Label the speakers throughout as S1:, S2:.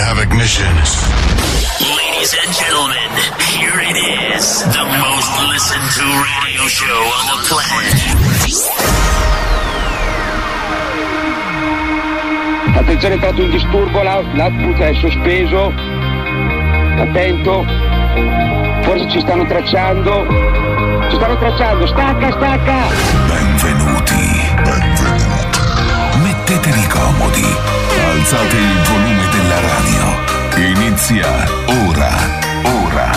S1: ignitions.
S2: Ladies and gentlemen, here it is, the most listened to radio show on the planet.
S3: Attenzione, è entrato un disturbo, l'out- l'output è sospeso. Attento. Forse ci stanno tracciando. Ci stanno tracciando. Stacca, stacca.
S4: Benvenuti. Benvenuti. Mettetevi comodi. Alzate il volume della radio. Inizia ora. Ora.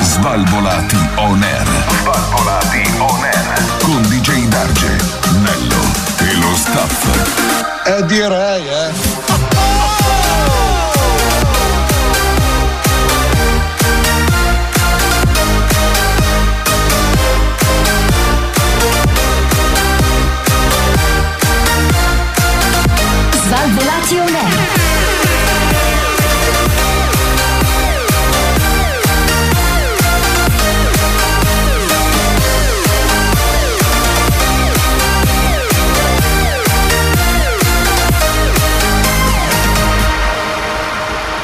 S4: Svalvolati on air. Svalvolati on air. Con DJ Darge, Nello e lo staff.
S5: Eh direi, eh.
S6: Svalvolati on air.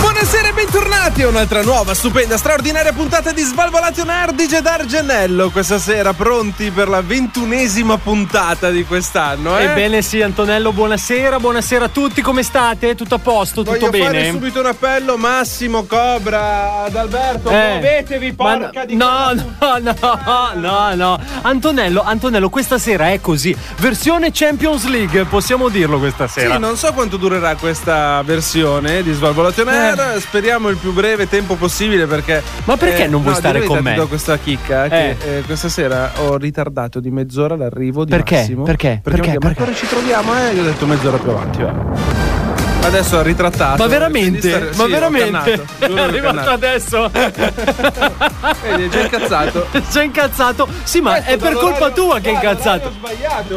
S7: Buonasera e bentornati a un'altra nuova, stupenda, straordinaria puntata di Svalvolation Air di Gedar Gennello. Questa sera pronti per la ventunesima puntata di quest'anno. Eh?
S8: Ebbene sì, Antonello, buonasera, buonasera a tutti, come state? Tutto a posto, tutto
S7: Voglio
S8: bene?
S7: fare subito un appello, Massimo Cobra, ad Alberto,
S8: Eh,
S7: muovetevi
S8: ma
S7: porca
S8: no-
S7: di
S8: no, no, no, no, no. Antonello, Antonello, questa sera è così. Versione Champions League, possiamo dirlo questa sera.
S7: Sì, non so quanto durerà questa versione di Svalvolation Air, speriamo il più breve tempo possibile perché...
S8: Eh.
S7: eh,
S8: Ma perché non vuoi
S7: no,
S8: stare
S7: di verità
S8: con me?
S7: Ti do questa chicca che
S8: Eh.
S7: eh, questa sera ho ritardato di mezz'ora l'arrivo di
S8: Perché?
S7: Massimo.
S8: Eh, Perché?
S7: Perché?
S8: Perché?
S7: mi ha detto, "Ma ancora ci troviamo, eh? Io ho detto mezz'ora più avanti, va. Adesso ha ritrattato.
S8: Ma
S7: quindi
S8: veramente?
S7: stare-
S8: Ma
S7: sì,
S8: veramente?
S7: ho
S8: È
S7: cannato,
S8: arrivato
S7: giuro che ho
S8: adesso.
S7: cannato. Vedi, è già incazzato.
S8: Sei incazzato. Sì, ma è per colpa tua che è incazzato.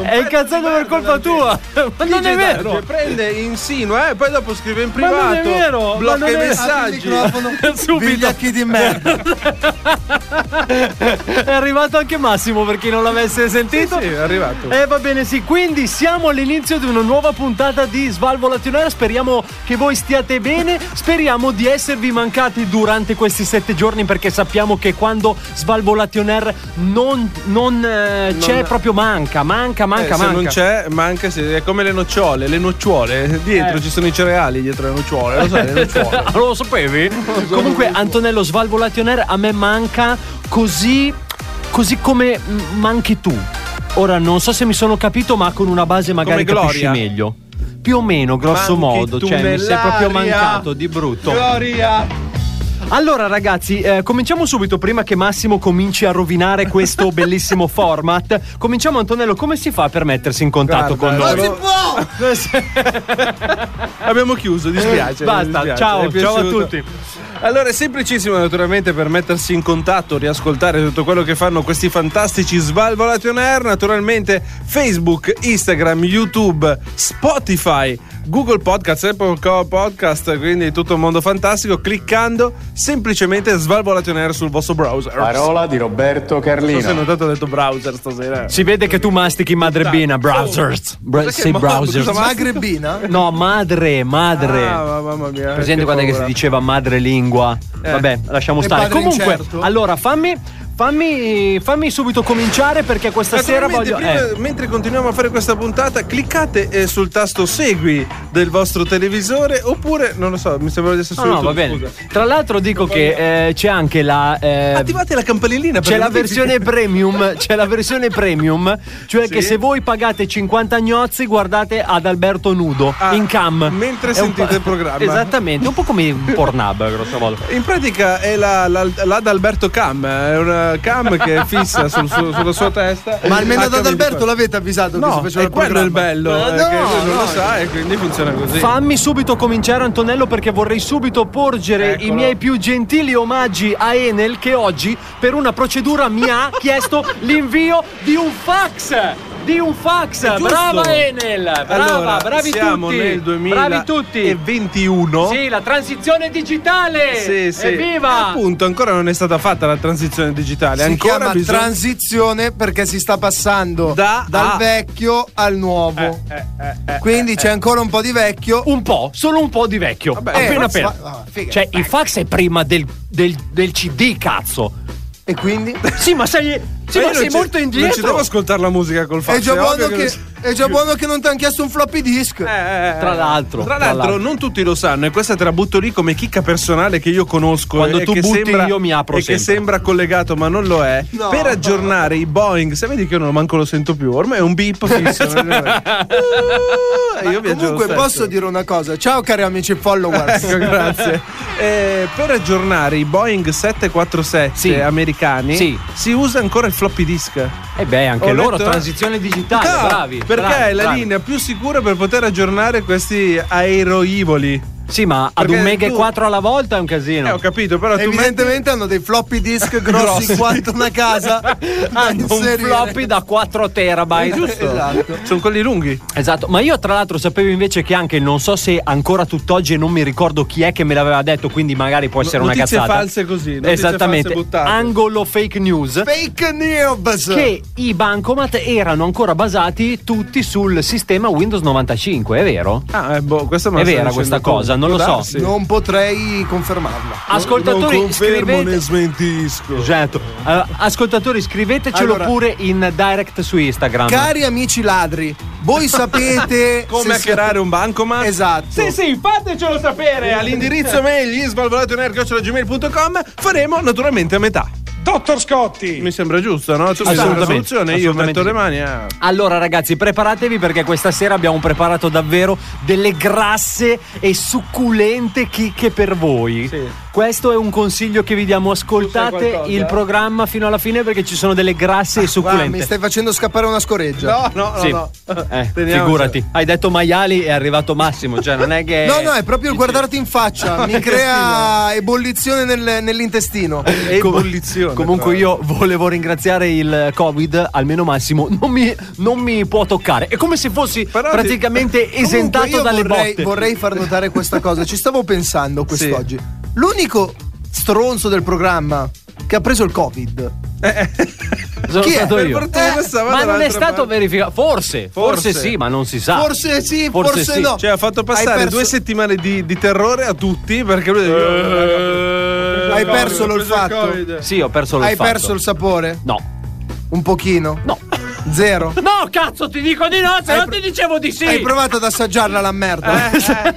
S8: È incazzato per colpa tua. Ma non è vero.
S7: cioè, Prende, insinua, eh, poi dopo scrive in
S8: Ma
S7: privato.
S8: non è vero, ma
S7: Blocca
S8: non
S7: i
S8: è-
S7: messaggi.
S8: Subito.
S5: Vigliacchi di merda.
S8: È arrivato anche Massimo per chi non l'avesse sentito.
S7: Sì, sì, è arrivato.
S8: Eh va bene, sì, quindi siamo all'inizio di una nuova puntata di Svalvo Latinare. Speriamo che voi stiate bene, speriamo di esservi mancati durante questi sette giorni perché sappiamo che quando Svalvo Latinare non, non, eh, c'è proprio manca, manca,
S7: Eh,
S8: manca,
S7: se
S8: manca.
S7: non c'è, manca se- è come le nocciole, le nocciole, dietro
S8: Eh.
S7: ci sono i cereali, dietro le nocciole, lo sai, le nocciole.
S8: Ah, lo sapevi? Comunque, Antonello Svalvolationer a me manca così, così come m- manchi tu. Ora non so se mi sono capito, ma con una base magari
S7: Come
S8: capisci
S7: Gloria.
S8: meglio. Più o meno, grosso
S7: Manchi
S8: modo,
S7: tu
S8: cioè mi sei proprio
S7: nell'aria.
S8: mancato di brutto.
S7: Gloria!
S8: Allora ragazzi, eh, cominciamo subito prima che Massimo cominci a rovinare questo bellissimo format. Cominciamo Antonello, come si fa per mettersi in contatto
S7: Guarda,
S8: con noi?
S7: ero- Abbiamo chiuso, dispiace.
S8: Basta,
S7: mi dispiace,
S8: ciao,
S7: mi è
S8: ciao a
S7: piaciuto.
S8: tutti.
S7: Allora, è semplicissimo naturalmente per mettersi in contatto, riascoltare tutto quello che fanno questi fantastici Svalvolati on Air, naturalmente Facebook, Instagram, YouTube, Spotify, Google Podcast, Apple Co- Podcast, quindi tutto un mondo fantastico, cliccando semplicemente Svalvolati on Air sul vostro browser.
S9: Parola di Roberto
S7: Non so se hai
S9: Carlino.
S7: notato ho detto browser stasera.
S8: Si vede che tu mastichi madrebina, browsers. Oh. Bra-
S7: Cos'è che
S8: sei
S7: mo-
S8: browsers.
S7: cosa mastico?
S5: Magrebina?
S8: No, madre, madre.
S7: Ah, mamma mia.
S8: Presente
S7: che
S8: quando è che si
S7: paura.
S8: diceva madrelingua.
S7: Eh.
S8: Vabbè, lasciamo
S5: E
S8: stare.
S5: padre
S8: Comunque,
S5: incerto.
S8: allora fammi, fammi, fammi subito cominciare perché questa sera
S7: Naturalmente,
S8: voglio.
S7: prima-
S8: eh.
S7: mentre continuiamo a fare questa puntata, cliccate eh, sul tasto segui del vostro televisore oppure, non lo so, mi sembrava di essere
S8: No,
S7: su
S8: no, va
S7: YouTube,
S8: bene.
S7: scusa.
S8: Tra l'altro dico che eh, c'è anche la. eh,
S7: Attivate la campanellina per
S8: C'è la
S7: le notifiche.
S8: versione premium, c'è la versione premium, cioè che se voi pagate 50 gnozzi guardate ad Alberto nudo
S7: Ah,
S8: in cam.
S7: mentre
S8: È un
S7: sentite
S8: po-
S7: il programma.
S8: Esattamente, un po' come un Pornhub, grosso modo.
S7: In pratica è la, la, la da Alberto Cam, eh, è una cam che è fissa sul suo- sulla sua testa.
S5: Ma almeno
S7: H24.
S5: ad Alberto l'avete avvisato
S7: Ah, No,
S5: che si faceva
S7: è quello il
S5: il programma?
S7: bello, eh, che lui non lo sa e quindi funziona così.
S8: Fammi subito cominciare Antonello perché vorrei subito porgere i
S7: Eccolo.
S8: miei più gentili omaggi a Enel che oggi per una procedura mi ha chiesto l'invio di un fax. di un fax.
S7: È giusto.
S8: Brava Enel, brava,
S7: Allora,
S8: bravi
S7: siamo
S8: tutti.
S7: nel 2000
S8: Bravi tutti.
S7: e 21.
S8: Sì, la transizione digitale.
S7: Sì, sì. Ah,
S8: Evviva!
S7: Appunto, ancora non è stata fatta la transizione digitale.
S4: Si
S7: ancora
S4: chiama
S7: bisogna-
S4: transizione perché si sta passando
S7: Da
S4: dal
S7: a-
S4: vecchio al nuovo.
S7: Eh, eh, eh,
S4: Quindi c'è ancora un po' di vecchio.
S8: Un po', solo un po' di vecchio.
S7: Vabbè, ah,
S8: appena
S4: eh,
S8: appena.
S4: fa- va- figa.
S8: cioè,
S7: ecco.
S8: il fax è prima del, del- del CD, cazzo.
S4: E quindi
S8: Sì, ma sei, sì,
S7: Ma
S8: ma sei
S7: io Eh, non ci-
S8: molto
S7: Non ci
S8: indietro.
S7: devo ascoltare la musica col fax.
S4: è già,
S7: è
S4: buono
S7: ovvio
S4: che, è già buono che non ti hanno chiesto un floppy disk.
S7: Eh, eh,
S8: Tra l'altro,
S7: tra
S8: tra
S7: l'altro,
S8: l'altro.
S7: non tutti lo sanno, e questa te la butto lì come chicca personale che io conosco.
S8: Quando
S7: e
S8: tu
S7: che
S8: butti,
S7: sembra,
S8: io mi apro
S7: E che
S8: sempre.
S7: sembra collegato, ma non lo è.
S4: No.
S7: Per aggiornare i Boeing, se vedi che io non manco lo sento più, ormai è un beep fisso. nelle orecchie.
S8: Eh,
S7: Ah, io viaggio lo
S4: Comunque
S7: stesso.
S4: posso dire una cosa. Ciao cari amici
S7: Ecco,
S4: followers.
S7: grazie. Eh, per aggiornare i Boeing 747
S8: Sì.
S7: americani
S8: Sì.
S7: si usa ancora il floppy disk.
S8: E Eh beh, anche
S7: Ho
S8: loro,
S7: letto-
S8: transizione digitale,
S7: No,
S8: bravi.
S7: Perché
S8: bravi,
S7: è la
S8: bravi.
S7: linea più sicura per poter aggiornare questi aeroivoli.
S8: Sì, ma ad
S7: Perché
S8: un mega e
S7: tu-
S8: quattro alla volta è un casino.
S7: Eh, ho capito, però tu metti
S4: Evidentemente hanno dei floppy disk grossi quanto una casa. da
S8: Hanno un
S4: inserire.
S8: floppy da 4 terabyte, giusto?
S4: Esatto.
S7: Sono quelli lunghi.
S8: Esatto, ma io tra l'altro sapevo invece che anche, non so se ancora tutt'oggi e non mi ricordo chi è che me l'aveva detto, quindi magari può essere una
S7: notizie
S8: cazzata.
S7: false così, notizie
S8: Esattamente,
S7: false buttate.
S8: angolo fake news.
S4: Fake news.
S8: che i bancomat erano ancora basati tutti sul sistema Windows 95, è vero?
S7: Ah, eh, boh, questa me
S8: È
S7: la stai
S8: vera
S7: dicendo
S8: questa
S7: tu.
S8: cosa, non lo
S7: Può
S8: so.
S7: darsi.
S4: Non potrei confermarla.
S7: Ah,
S8: Ascoltatori, scrivete...
S7: smentisco.
S8: Esatto. Allora, ascoltatori, scrivetecelo
S4: Allora-
S8: pure in direct su Instagram.
S4: Cari amici ladri, voi sapete se
S7: Come hackerare
S4: siete-
S7: un banco, ma
S4: Esatto.
S7: sì, fatecelo sapere all'indirizzo mail gmail.com faremo naturalmente a metà.
S10: Dottor Scotti!
S7: Mi sembra giusto, no? Tu mi dai una
S8: Assolutamente,
S7: soluzione, io
S8: assolutamente
S7: metto le
S8: sì.
S7: mani a...
S8: Allora ragazzi, preparatevi perché questa sera abbiamo preparato davvero delle grasse e succulente chicche per voi.
S7: Sì.
S8: Questo è un consiglio che vi diamo,
S7: Tu sai
S8: ascoltate
S7: qualcosa?
S8: il programma fino alla fine perché ci sono delle grasse
S4: Guarda,
S8: e
S4: mi
S8: succulente.
S4: stai facendo scappare una scoreggia.
S7: No, no, no,
S8: Sì.
S7: no.
S8: Eh,
S7: Teniamoci.
S8: figurati, hai detto maiali è arrivato Massimo, cioè non è
S7: eh,
S8: che
S4: No, no, è proprio il guardarti in faccia, mi crea ebullizione nel- nell'intestino.
S7: E bollizione.
S8: Comunque
S7: tra
S8: io volevo ringraziare il Covid, almeno Massimo, non mi, non mi può toccare. È come se fossi
S7: Però ti-
S8: praticamente
S4: Comunque
S8: esentato
S4: io
S8: dalle
S4: vorrei,
S8: botte.
S4: Vorrei far notare questa cosa, ci stavo pensando quest'oggi. L'unico stronzo del programma che ha preso il Covid.
S8: Sono
S4: Chi è?
S8: stato
S4: Per
S8: io.
S7: Eh, fortuna questa
S8: ma
S7: va
S8: non
S7: dall'altra
S8: è stato
S7: parte.
S8: verificato. Forse,
S7: Forse.
S8: forse, sì, ma non si sa.
S4: Forse sì, forse,
S8: Forse sì.
S4: no.
S7: Cioè, ha fatto passare
S4: Hai perso-
S7: due settimane di, di terrore a tutti perché lui. Io-
S4: hai
S7: Ho preso il
S4: perso
S7: Eh, Covid, ho preso il
S4: l'olfatto.
S7: Covid.
S8: Sì, ho perso lo
S4: Hai
S8: fatto.
S4: perso il sapore?
S8: No.
S4: Un pochino?
S8: No.
S4: Zero.
S8: No, cazzo, ti dico di no, se
S4: Hai
S8: no
S4: pro-
S8: ti dicevo di sì.
S4: Hai provato ad assaggiarla la merda?
S8: Cosa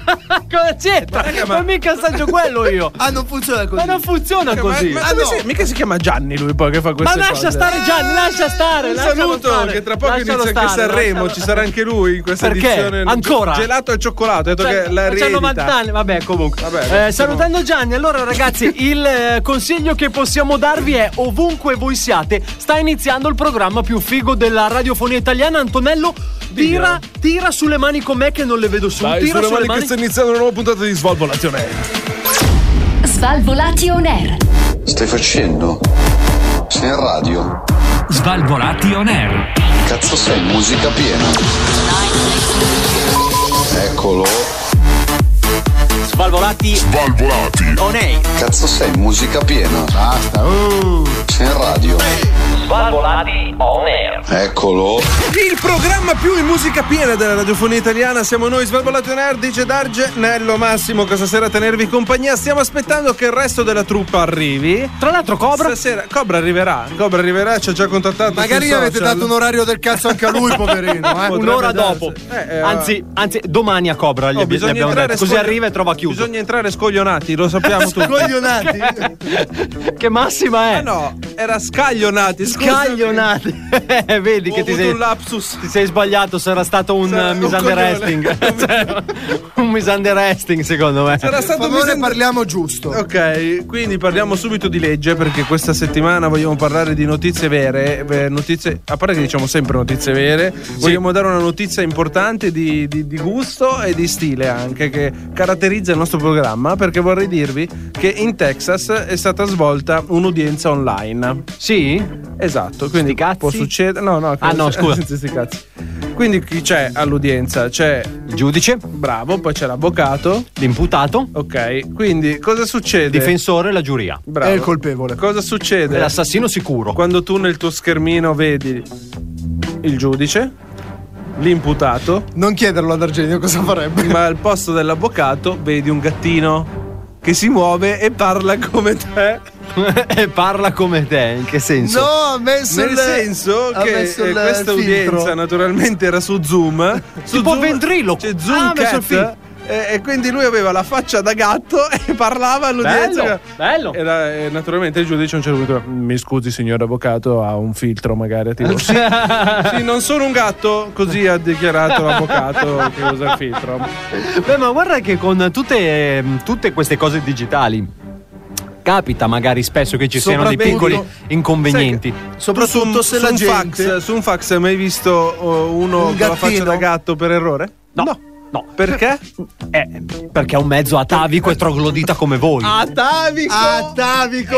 S8: c'entra?
S7: Ma raga, ma-
S8: Ma mica assaggio quello io.
S4: Ah, non funziona così.
S8: Ma non funziona
S7: Cioè, Ma-
S8: così.
S7: Ma,
S8: Ma,
S7: come
S4: Ah, no.
S7: si- mica si chiama Gianni lui poi che fa queste
S8: lascia
S7: cose. Eh,
S8: stare Gianni, lascia stare.
S7: Un
S8: lascialo
S7: saluto
S8: stare,
S7: che tra poco
S8: lascialo
S7: inizia anche
S8: stare,
S7: Sanremo,
S8: lascialo-
S7: ci sarà anche lui in questa
S8: Perché?
S7: edizione.
S8: Ancora?
S7: Gelato al cioccolato, ha detto
S8: Cioè,
S7: che la
S8: c'ha
S7: riedita.
S8: 90 anni, vabbè comunque.
S7: Vabbè,
S8: Eh,
S7: siamo-
S8: salutando Gianni, allora ragazzi il eh, consiglio che possiamo darvi è ovunque voi siate, sta iniziando il programma più figo della radiofonia italiana, Antonello tira, tira sulle mani con me che non le vedo su,
S7: Dai,
S8: tira
S7: sulle
S8: sulle
S7: mani
S8: mani.
S7: che sta iniziando una nuova puntata di Svalvolazione.
S6: Svalvolati on air.
S9: Stai facendo? Sei in radio?
S11: Svalvolati on air.
S9: Cazzo sei, musica piena. Eccolo.
S11: Svalvolati on air.
S9: Cazzo sei, musica piena. Basta. Sei in radio?
S11: Svalvolati on air.
S9: Eccolo.
S7: Il programma più in musica piena della radiofonia italiana siamo noi, Svalvolato on Air, dice Darge, Nello Massimo, questa sera a tenervi compagnia. Stiamo aspettando che il resto della truppa arrivi.
S8: Tra l'altro Cobra
S7: Stasera Cobra arriverà, Cobra arriverà, ci ha già contattato.
S4: Magari gli
S7: sui
S4: avete
S7: social.
S4: dato un orario del cazzo anche a lui, poverino. Eh?
S7: Potrebbe
S8: un'ora
S7: darsi.
S8: dopo.
S7: Eh, eh,
S8: anzi, anzi, domani a Cobra gli
S7: Oh,
S8: abbi- gli
S7: bisogna
S8: abbiamo
S7: entrare
S8: detto. Così
S7: scoglio-
S8: arriva e trova chiuso.
S7: Bisogna entrare scoglionati, lo sappiamo tutti.
S4: Coglionati.
S8: Che massima è?
S7: Ah, no, era scaglionati. scusami.
S8: Scaglionati. Eh, Vedi
S7: Ho
S8: che ti
S7: avuto
S8: sei
S7: un lapsus.
S8: Ti sei sbagliato, sarà stato un
S7: Sarà
S8: eh,
S7: un
S8: misunderstanding.
S7: coglione.
S8: Cioè, un un misunderstanding, secondo me.
S4: Sarà stato un
S8: misunderstanding.
S4: parliamo giusto.
S8: Certo.
S7: Ok, quindi parliamo subito di legge perché questa settimana vogliamo parlare di notizie vere. Beh, notizie, a parte che diciamo sempre notizie vere, vogliamo dare una notizia importante di, di- di gusto e di stile anche che caratterizza il nostro programma perché vorrei dirvi che in Texas è stata svolta un'udienza online.
S8: Sì?
S7: Esatto, quindi
S8: Sti cazzi?
S7: può succedere... No, no,
S8: Ah, no, scusa.
S7: senza sti cazzi. Quindi chi c'è all'udienza? C'è
S8: Il giudice,
S7: bravo, poi c'è l'avvocato. Eh.
S8: l'imputato,
S7: Ok, quindi cosa succede?
S8: il difensore e la giuria.
S7: Bravo.
S4: È il colpevole.
S7: Cosa succede?
S8: È l'assassino sicuro.
S7: Quando tu nel tuo schermino vedi il giudice, l'imputato,
S4: Non chiederlo ad Argenio cosa farebbe.
S7: ma al posto dell'avvocato vedi un gattino che si muove e parla come te.
S8: e parla come te, in che senso?
S4: No, ha messo
S7: Nel
S4: il-
S7: senso
S4: ha
S7: che
S4: messo
S7: eh,
S4: il
S7: questa
S4: filtro.
S7: udienza naturalmente era su Zoom. Su
S8: Tipo
S7: Zoom
S8: ventriloquo.
S7: C'è Zoom
S8: Ah, ha messo il
S7: Cat, eh,
S8: filtro.
S7: E, e quindi lui aveva la faccia da gatto e parlava all'udienza.
S8: Bello, bello.
S7: Era, eh, naturalmente il giudice a un certo punto mi scusi signor avvocato ha un filtro magari tipo, sì, sì, non sono un gatto così ha dichiarato l'avvocato che usa il filtro
S8: Beh, ma guarda che con tutte, ehm, tutte queste cose digitali. Capita magari spesso che ci siano dei
S7: Sopravvento.
S8: piccoli inconvenienti.
S7: Sai che-
S4: Soprattutto
S7: tu
S4: se la
S7: un
S4: gente-
S7: fax, su un fax hai mai visto oh, uno
S4: Un
S7: con la faccia
S4: gattino?
S7: da gatto per errore?
S8: No, no.
S7: Perché?
S8: Eh, perché è un mezzo atavico e troglodita come voi.
S4: Ah, Atavico! Atavico!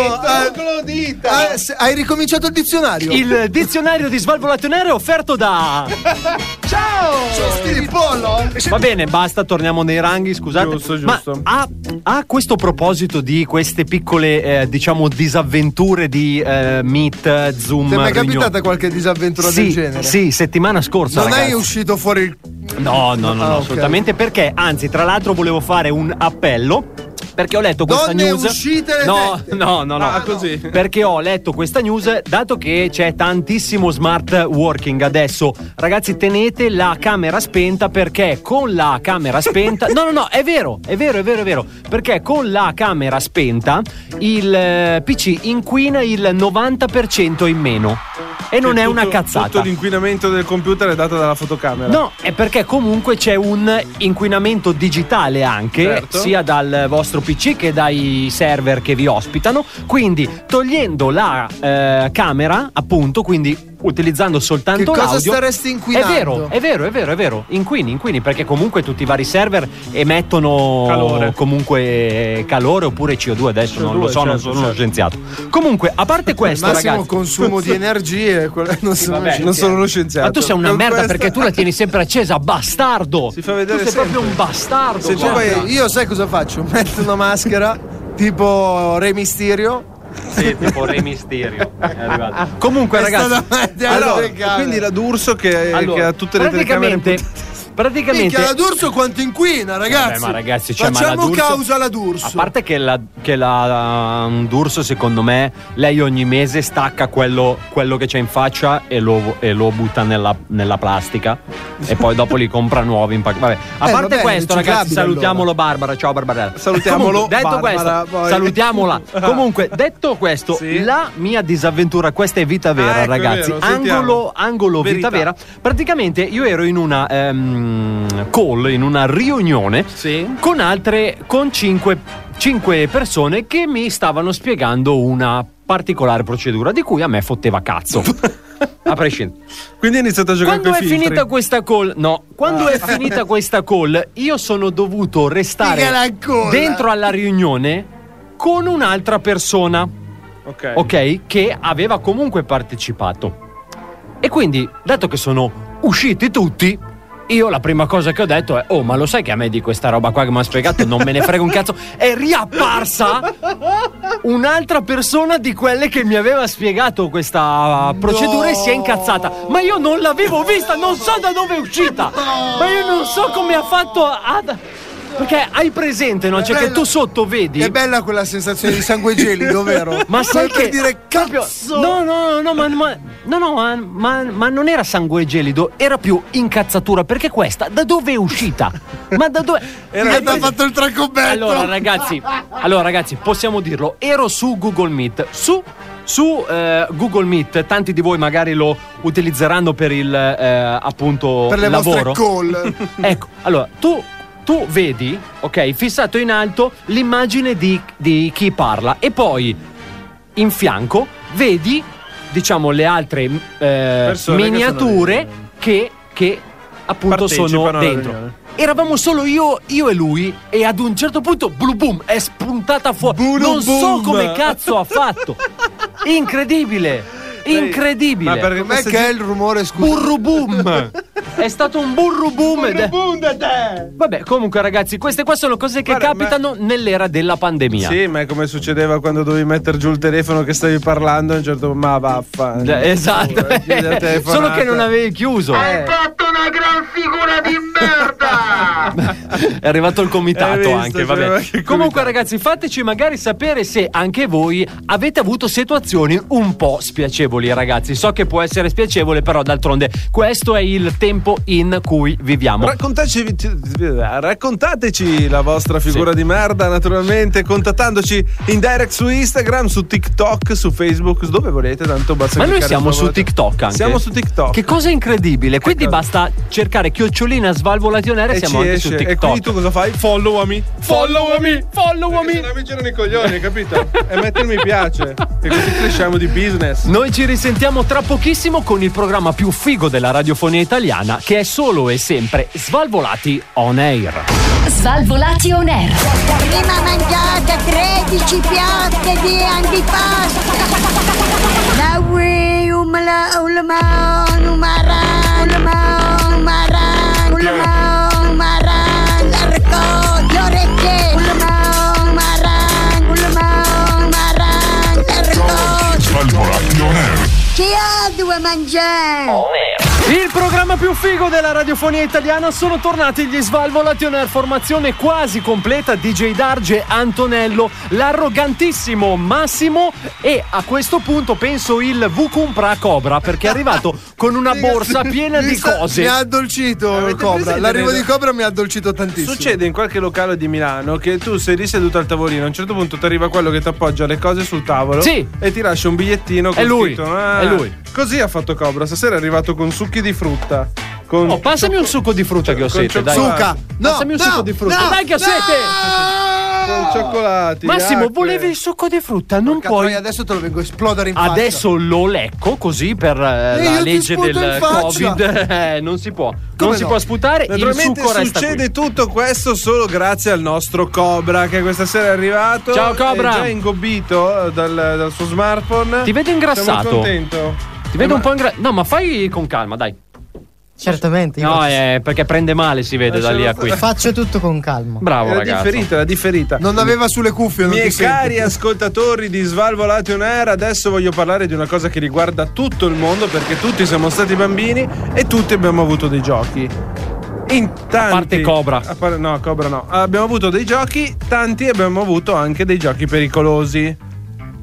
S4: Eh, se- hai ricominciato il dizionario?
S8: Il dizionario di Svalvolationaire è offerto da.
S4: Sosti di pollo?
S8: Va bene, basta, torniamo nei ranghi, scusate.
S7: Giusto, giusto.
S8: Ma a, a questo proposito di queste piccole, eh, diciamo, disavventure di eh, Meet, eh, Zoom.
S4: Ti è mai
S8: riunioni-
S4: capitata qualche disavventura
S8: sì,
S4: del genere?
S8: Sì, settimana scorsa.
S4: Non
S8: ragazzi.
S4: è uscito fuori il.
S8: No, no, no, no,
S4: Ah, ok.
S8: assolutamente perché, anzi, tra l'altro volevo fare un appello perché ho letto questa
S4: Donne,
S8: news.
S4: uscite le
S8: no,
S4: tette.
S8: no, no, no.
S7: Ah, così.
S8: Perché ho letto questa news, dato che c'è tantissimo smart working adesso, ragazzi, tenete la camera spenta perché con la camera spenta. No, no, no, è vero, è vero, è vero, è vero. Perché con la camera spenta il eh, PC inquina il 90% in meno. E non
S7: Che
S8: è una
S7: tutto-
S8: cazzata.
S7: Tutto l'inquinamento del computer è dato dalla fotocamera.
S8: No, è perché comunque c'è un inquinamento digitale anche,
S7: Certo.
S8: sia dal vostro PC che dai server che vi ospitano. Quindi togliendo la eh, camera, appunto, quindi utilizzando
S4: Che
S8: soltanto
S4: cosa
S8: l'audio.
S4: staresti
S8: È
S4: inquinando?
S8: vero, è vero, è vero, è vero. Inquini, inquini, perché comunque tutti i vari server emettono
S7: Calore.
S8: comunque eh, calore oppure CO2 adesso, non lo so,
S7: CO2,
S8: non
S7: certo,
S8: sono uno
S7: certo.
S8: scienziato. Comunque, a parte questo,
S4: Massimo
S8: ragazzi,
S4: consumo di energie. quello- Non sono
S8: vabbè.
S7: Non sono uno scienziato.
S8: ma tu sei una
S7: Certo. Con
S8: merda
S7: questa-
S8: perché tu la tieni sempre accesa, bastardo!
S7: Si fa vedere
S8: Tu sei
S7: sempre.
S8: proprio un bastardo!
S7: Se tu
S8: guarda.
S7: vai-
S4: Cioè, Io sai cosa faccio? Metto una maschera tipo Re Mysterio.
S8: Sì, tipo Re Misterio. È arrivato. Comunque,
S4: È
S8: ragazzi,
S4: stata- è stata
S7: Allora,
S4: leccata.
S7: quindi la D'Urso che,
S8: allora,
S7: che ha tutte le telecamere
S8: praticamente,
S7: puntate-
S8: praticamente
S4: Minchia, la D'Urso quanto inquina, ragazzi.
S8: Vabbè, ma ragazzi, cioè, ma la
S4: facciamo
S8: D'Urso-
S4: causa alla D'Urso.
S8: A parte che la, che la um, D'Urso, secondo me, lei ogni mese stacca quello, quello che c'è in faccia e lo, e lo butta nella, nella plastica. E poi dopo li compra nuovi in pack- Vabbè. A
S4: Eh,
S8: parte
S4: vabbè,
S8: questo,
S4: riciclabile,
S8: ragazzi, salutiamolo Barbara. Ciao Barbara.
S7: Salutiamolo,
S8: Comunque, detto
S7: Barbara,
S8: questo,
S7: poi.
S8: salutiamola.
S7: Ah.
S8: Comunque, detto questo,
S7: Sì.
S8: la Ah, mia disavventura, questa è vita vera,
S7: Ah, ecco, è
S8: ragazzi.
S7: vero, sentiamo.
S8: angolo angolo vita
S7: Verità.
S8: vera. Praticamente io ero in una ehm, call, in una riunione
S7: Sì.
S8: con altre, con cinque, cinque persone che mi stavano spiegando una particolare procedura di cui a me fotteva cazzo. A prescindere.
S7: Quindi è iniziato a giocare
S8: Quando
S7: con
S8: è finita questa call, no, quando
S7: Ah.
S8: è finita questa call, io sono dovuto
S4: Figa la
S8: restare
S4: colla.
S8: dentro alla riunione con un'altra persona
S7: Ok.
S8: ok, che aveva comunque partecipato. E quindi, dato che sono usciti tutti, io la prima cosa che ho detto è: Oh, ma lo sai che a me di questa roba qua che mi ha spiegato non me ne frega un cazzo? È riapparsa un'altra persona di quelle che mi aveva spiegato questa procedura e si è incazzata. Ma io non l'avevo vista, non so da dove è uscita. Ma io non so come ha fatto ad. Perché hai presente, no? Cioè, che
S4: bello.
S8: tu sotto vedi.
S4: È bella quella sensazione di sangue gelido, vero?
S8: Ma sai
S4: Tanto
S8: che
S4: dire
S8: proprio-
S4: cazzo!
S8: No, no, no, no, ma, ma- no, no, ma, ma- ma non era sangue gelido, era più incazzatura perché questa da dove è uscita? Ma da dove
S4: Era
S8: Hai
S4: che t'ha
S8: preso-
S4: fatto il tracombetto!
S8: Allora, ragazzi, allora ragazzi, possiamo dirlo, ero su Google Meet, su su eh, Google Meet, tanti di voi magari lo utilizzeranno per il eh, appunto
S4: per le
S8: lavoro.
S4: vostre call.
S8: Ecco, allora tu tu vedi, ok, fissato in alto l'immagine di, di chi parla e poi in fianco vedi, diciamo, le altre eh,
S7: Persone che
S8: miniature
S7: sono
S8: che, che, appunto sono
S7: Partecipano alla
S8: dentro.
S7: riunione.
S8: Eravamo solo io, io e lui e ad un certo punto blu boom è spuntata fuori.
S7: Blu
S8: non so
S7: boom.
S8: come cazzo ha fatto. Incredibile! Incredibile!
S7: Ma perché
S4: Com'è
S7: questa
S4: che è il rumore, scusa?
S8: Burru boom! È stato un burru boom! ed è- Vabbè, comunque, ragazzi, queste qua sono cose che
S7: Guarda, ma-
S8: capitano nell'era della pandemia.
S7: Sì, ma è come succedeva quando dovevi mettere giù il telefono che stavi parlando. e A un certo ma vaffa.
S8: Cioè, Esatto,
S7: Ora, chiudi la telefonata.
S8: solo che non avevi chiuso.
S12: fatto una gran figura di merda!
S8: È arrivato il comitato
S7: Hai visto?
S8: anche,
S7: C'era
S8: vabbè.
S7: anche il
S8: Comunque,
S7: comitato.
S8: ragazzi, fateci magari sapere se anche voi avete avuto situazioni un po' spiacevoli, ragazzi. So che può essere spiacevole, però d'altronde questo è il tempo in cui viviamo.
S7: Raccontateci, raccontateci la vostra figura di merda, naturalmente, contattandoci in direct su Instagram, su TikTok, su Facebook, dove volete, tanto basta
S8: Ma noi
S7: cliccare
S8: siamo su
S7: Svalvolati-
S8: TikTok anche.
S7: Siamo su TikTok.
S8: Che cosa incredibile. Quindi
S7: cosa?
S8: basta cercare chiocciolina svalvolationaire
S7: e
S8: siamo
S7: ci
S8: anche
S7: esce.
S8: su
S7: E quindi tu
S8: TikTok.
S7: cosa fai? Followami. Followami.
S8: Followami.
S7: Perché se no mi girano i coglioni, capito? e metti il mi piace. Che così cresciamo di business.
S8: Noi ci risentiamo tra pochissimo con il programma più figo della radiofonia italiana che è solo e sempre Svalvolati on Air.
S6: Svalvolati on air.
S10: Prima mangiate 13 piatte di antipasta. Da qui un mla- un limone, un marano, un limone, un marano, un limone, un marano, la raccolgo, le orecchie. Un limone, un marano, un limone, un marano, la raccolgo.
S1: Svalvolati on air.
S10: Chi ha due mangiare?
S7: Oh,
S8: Il programma più figo della radiofonia italiana sono tornati gli Svalvolati on Air, formazione quasi completa DJ Darge, Antonello, l'arrogantissimo Massimo e a questo punto penso il V Compra Cobra perché è arrivato con una borsa piena
S4: Mi
S8: di
S4: sta-
S8: cose.
S4: Mi ha addolcito
S7: Avete
S4: Cobra.
S7: presente
S4: L'arrivo
S7: nel-
S4: di Cobra mi ha addolcito tantissimo.
S7: Succede in qualche locale di Milano che tu sei lì seduto al tavolino, a un certo punto ti arriva quello che ti appoggia le cose sul tavolo
S8: Sì.
S7: e ti lascia un bigliettino con
S8: È lui,
S7: scritto, "Ah,
S8: è lui."
S7: Così ha fatto Cobra, stasera è arrivato con succhi di frutta. Con
S8: Oh, passami un succo di frutta che ho
S7: Con
S8: sete, dai.
S7: cioccolato.
S4: Succa. No,
S8: Passami un
S4: no,
S8: succo di frutta.
S4: no,
S8: dai che ho
S4: no!
S8: sete!
S7: con cioccolati.
S8: Massimo,
S7: acque.
S8: volevi il succo di frutta, non
S4: Cazzo,
S8: puoi.
S4: adesso te lo vengo a esplodere in faccia.
S8: Adesso lo lecco così per eh,
S4: Eh, io
S8: la
S4: ti
S8: legge
S4: sputo
S8: del
S4: in faccia.
S8: Covid. Eh, non si può. non
S4: Come
S8: si
S4: no?
S8: può sputare. Il
S7: Naturalmente
S8: succo resta qui.
S7: succede tutto questo solo grazie al nostro Cobra che questa sera è arrivato.
S8: Ciao, Cobra.
S7: È già ingobbito dal, dal suo smartphone.
S8: Ti vedo
S7: Sono
S8: ingrassato.
S7: contento.
S8: Ti vedo un po' in gra- No, ma fai con calma, dai.
S5: Certamente, io
S8: No, eh, perché prende male, si vede da lì a qui.
S5: faccio tutto con calma.
S8: Bravo,
S7: Era
S8: ragazzi.
S7: differita, era differita.
S4: Non aveva sulle cuffie, non
S7: Miei
S4: ti sento.
S7: cari ascoltatori di Svalvolati on Air, adesso voglio parlare di una cosa che riguarda tutto il mondo perché tutti siamo stati bambini e tutti abbiamo avuto dei giochi. In tanti, a
S8: parte Cobra.
S7: par- no, Cobra no. Abbiamo avuto dei giochi, tanti e abbiamo avuto anche dei giochi pericolosi.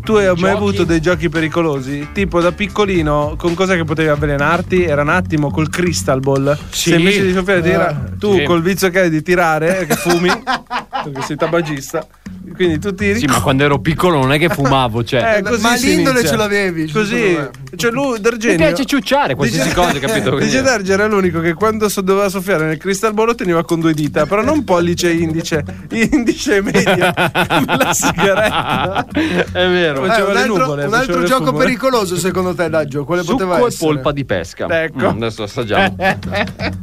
S7: Tu hai mai
S8: Giochi?
S7: avuto dei giochi pericolosi? Tipo da piccolino, con cosa che potevi avvelenarti? Era un attimo col crystal ball.
S8: Sì. Eh,
S7: Se invece di soffiare tira, tu
S8: Sì.
S7: col vizio che hai di tirare, che fumi, perché sei tabagista, quindi tu tiri.
S8: Sì, ma quando ero piccolo non è che fumavo, cioè.
S7: Eh, così
S4: ma
S7: si
S4: l'indole
S7: inizia.
S4: ce l'avevi,
S7: Così,
S4: secondo
S7: cioè lui
S8: Mi
S7: D'Argenio.
S8: piace ciucciare qualsiasi
S7: Dice-
S8: cosa, capito? Quindi-
S7: Dice Darge era l'unico che quando so- doveva soffiare nel crystal ball lo teneva con due dita, però non pollice e indice, indice e media, come la sigaretta.
S8: è vero.
S4: Eh,
S7: Faceva
S4: un
S7: le
S4: altro,
S7: nuvole,
S4: un
S7: faceva
S4: altro
S7: le
S4: gioco
S7: nuvole.
S4: pericoloso secondo te, Daggio? Quale poteva
S8: Succo e
S4: essere?
S8: polpa di pesca.
S7: Ecco.
S8: Mm, adesso assaggiamo.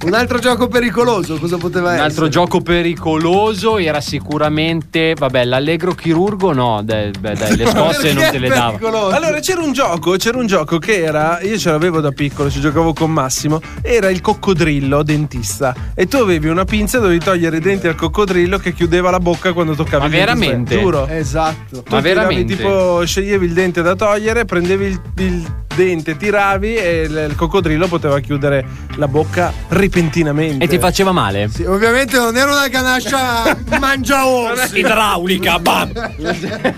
S4: Un altro gioco pericoloso, cosa poteva
S8: Un
S4: essere?
S8: altro gioco pericoloso era sicuramente, vabbè, l'allegro chirurgo no, dai, beh, dai, le scosse non
S4: Perché
S8: te le
S4: è
S8: dava.
S4: pericoloso?
S7: Allora c'era un gioco, c'era un gioco che era, io ce l'avevo da piccolo, ci giocavo con Massimo, era il coccodrillo dentista e tu avevi una pinza e dovevi togliere i denti al coccodrillo che chiudeva la bocca quando toccavi
S8: Ma
S7: il dentista,
S8: veramente? Eh,
S7: Giuro.
S4: Esatto.
S8: Ma
S7: Tu tiravi,
S8: veramente?
S7: tipo, sceglievi il dente da togliere, prendevi il, il dente, tiravi e il, il coccodrillo poteva chiudere la bocca repentinamente.
S8: E ti faceva male?
S4: Sì, ovviamente non era una ganascia mangia ossi.
S8: Idraulica, bam!
S4: Cioè,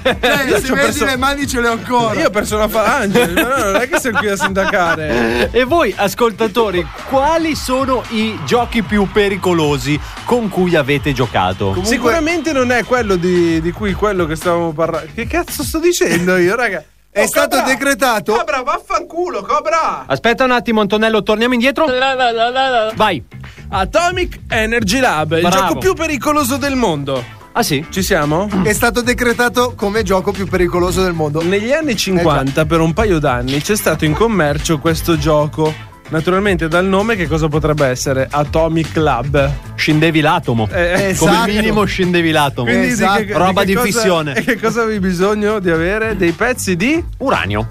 S7: Io
S4: se
S7: ci
S4: vedi
S7: ho perso-
S4: le mani ce le ho ancora.
S7: Io ho perso la falange, ma no, non è che sono qui a sindacare.
S8: E voi, ascoltatori, quali sono i giochi più pericolosi con cui avete giocato?
S7: Sicuramente non è quello di, di cui quello che stavamo parlando. Che cazzo sto dicendo io, raga?
S4: È
S7: Oh,
S4: stato
S7: Cobra!
S4: decretato.
S7: Cobra, vaffanculo, Cobra!
S8: Aspetta un attimo, Antonello, torniamo indietro. Vai.
S7: Atomic Energy Lab, il
S4: Bravo.
S7: gioco più pericoloso del mondo.
S8: Ah sì?
S7: Ci siamo?
S4: È stato decretato come gioco più pericoloso del mondo.
S7: Negli anni 50 per un paio d'anni c'è stato in commercio questo gioco. Naturalmente dal nome che cosa potrebbe essere? Atomic Lab.
S8: Scendevi l'atomo. Come minimo scendevi l'atomo.
S7: Eh, esatto.
S8: Esatto.
S7: Quindi di che-
S8: Roba di,
S7: cosa-
S8: fissione.
S7: e Che cosa avevi bisogno di avere? Dei pezzi di
S8: uranio.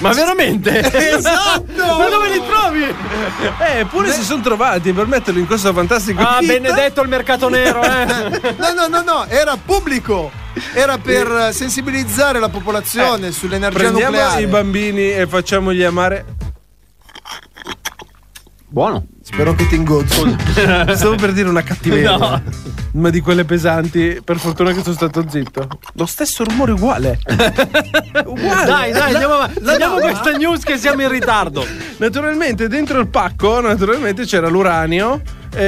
S8: Ma veramente?
S7: Eh, esatto!
S8: Ma dove li trovi?
S7: Eh, eppure si sono trovati per metterlo in questo fantastico
S8: Ah,
S7: kit.
S8: benedetto il mercato nero, eh.
S4: No, no, no, no, era pubblico. Era per eh, sensibilizzare la popolazione sull'energia
S7: Eh, Prendiamo
S4: nucleare.
S7: i bambini e facciamogli amare.
S8: Buono.
S4: Spero che ti ingozzo.
S7: Stavo per dire una cattiveria.
S4: No.
S7: Ma di quelle pesanti, per fortuna che sono stato zitto. Lo stesso rumore uguale. uguale.
S8: Dai, dai, andiamo avanti.
S7: La-
S8: Andiamo
S7: la-
S8: questa news che siamo in ritardo.
S7: Naturalmente, dentro il pacco, naturalmente c'era l'uranio. E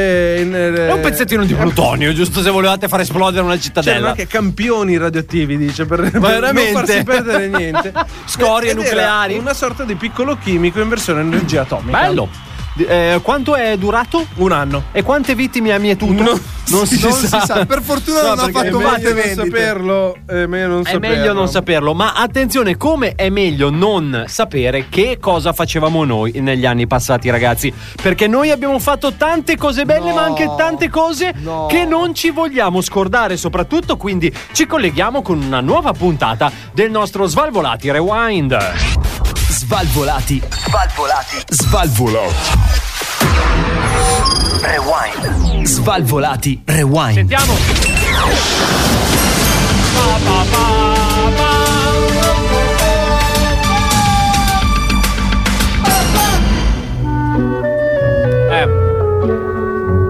S7: eh,
S8: È un pezzettino di plutonio, giusto se volevate far esplodere una
S7: C'erano
S8: cittadella.
S7: anche campioni radioattivi, dice, per, per
S8: veramente?
S7: non farsi perdere niente.
S8: Scorie
S7: Ed era
S8: nucleari.
S7: Una sorta di piccolo chimico in versione energia atomica.
S8: Bello. Di- eh, quanto è durato?
S7: Un anno.
S8: E quante vittime ha mietuto? non si,
S4: non si sa. Per fortuna
S8: No,
S4: non ha
S8: perché
S4: fatto
S8: è meglio
S4: molte
S7: non
S4: vendite.
S7: saperlo è meglio non
S8: È meglio non saperlo, ma attenzione, come è meglio non sapere che cosa facevamo noi negli anni passati, ragazzi? Perché noi abbiamo fatto tante cose belle, ma anche tante cose che non ci vogliamo scordare, soprattutto quindi ci colleghiamo con una nuova puntata del nostro Svalvolati Rewind.
S11: Svalvolati. Svalvolati.
S13: Svalvolati.
S11: Rewind. Svalvolati. Rewind.
S8: Sentiamo.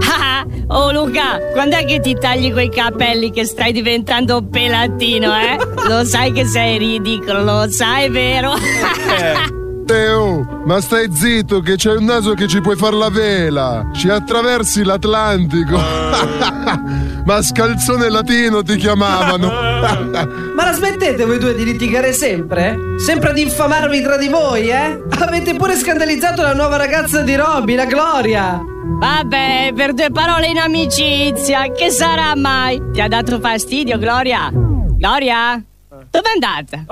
S14: Ah, oh Luca, quando è che ti tagli quei capelli che stai diventando pelatino, eh? Lo sai che sei ridicolo, lo sai, vero?
S15: Teo, ma stai zitto che c'è un naso che ci puoi far la vela. Ci attraversi l'Atlantico. ma scalzone latino ti chiamavano.
S16: Ma la smettete voi due di litigare sempre? Sempre ad infamarvi tra di voi, eh? Avete pure scandalizzato la nuova ragazza di Robby, la Gloria!
S14: Vabbè, per due parole in amicizia, che sarà mai? Ti ha dato fastidio, Gloria? Gloria? Dove andate?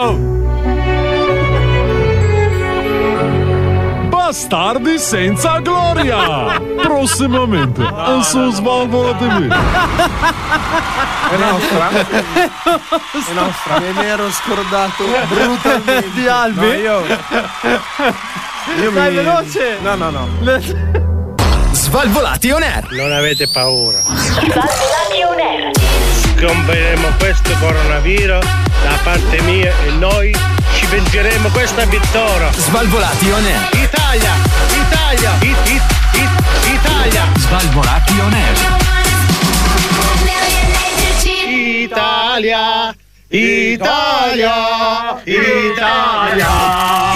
S13: Bastardi senza gloria! Prossimamente, su Svalvolatemi.
S7: È nostra. È nostra. Me ne ero scordato brutalmente.
S8: Di Albi?
S7: No, io. Io
S8: Dai,
S7: mi...
S8: veloce.
S7: No, no, no.
S11: Svalvolati on air.
S17: Non avete paura. Scomperemo questo coronavirus da parte mia e noi ci vengeremo questa vittoria.
S11: Svalvolati on air.
S17: Italia, Italia, it, it, it, Italia.
S11: Svalvolati on air.
S17: Italia, Italia, Italia.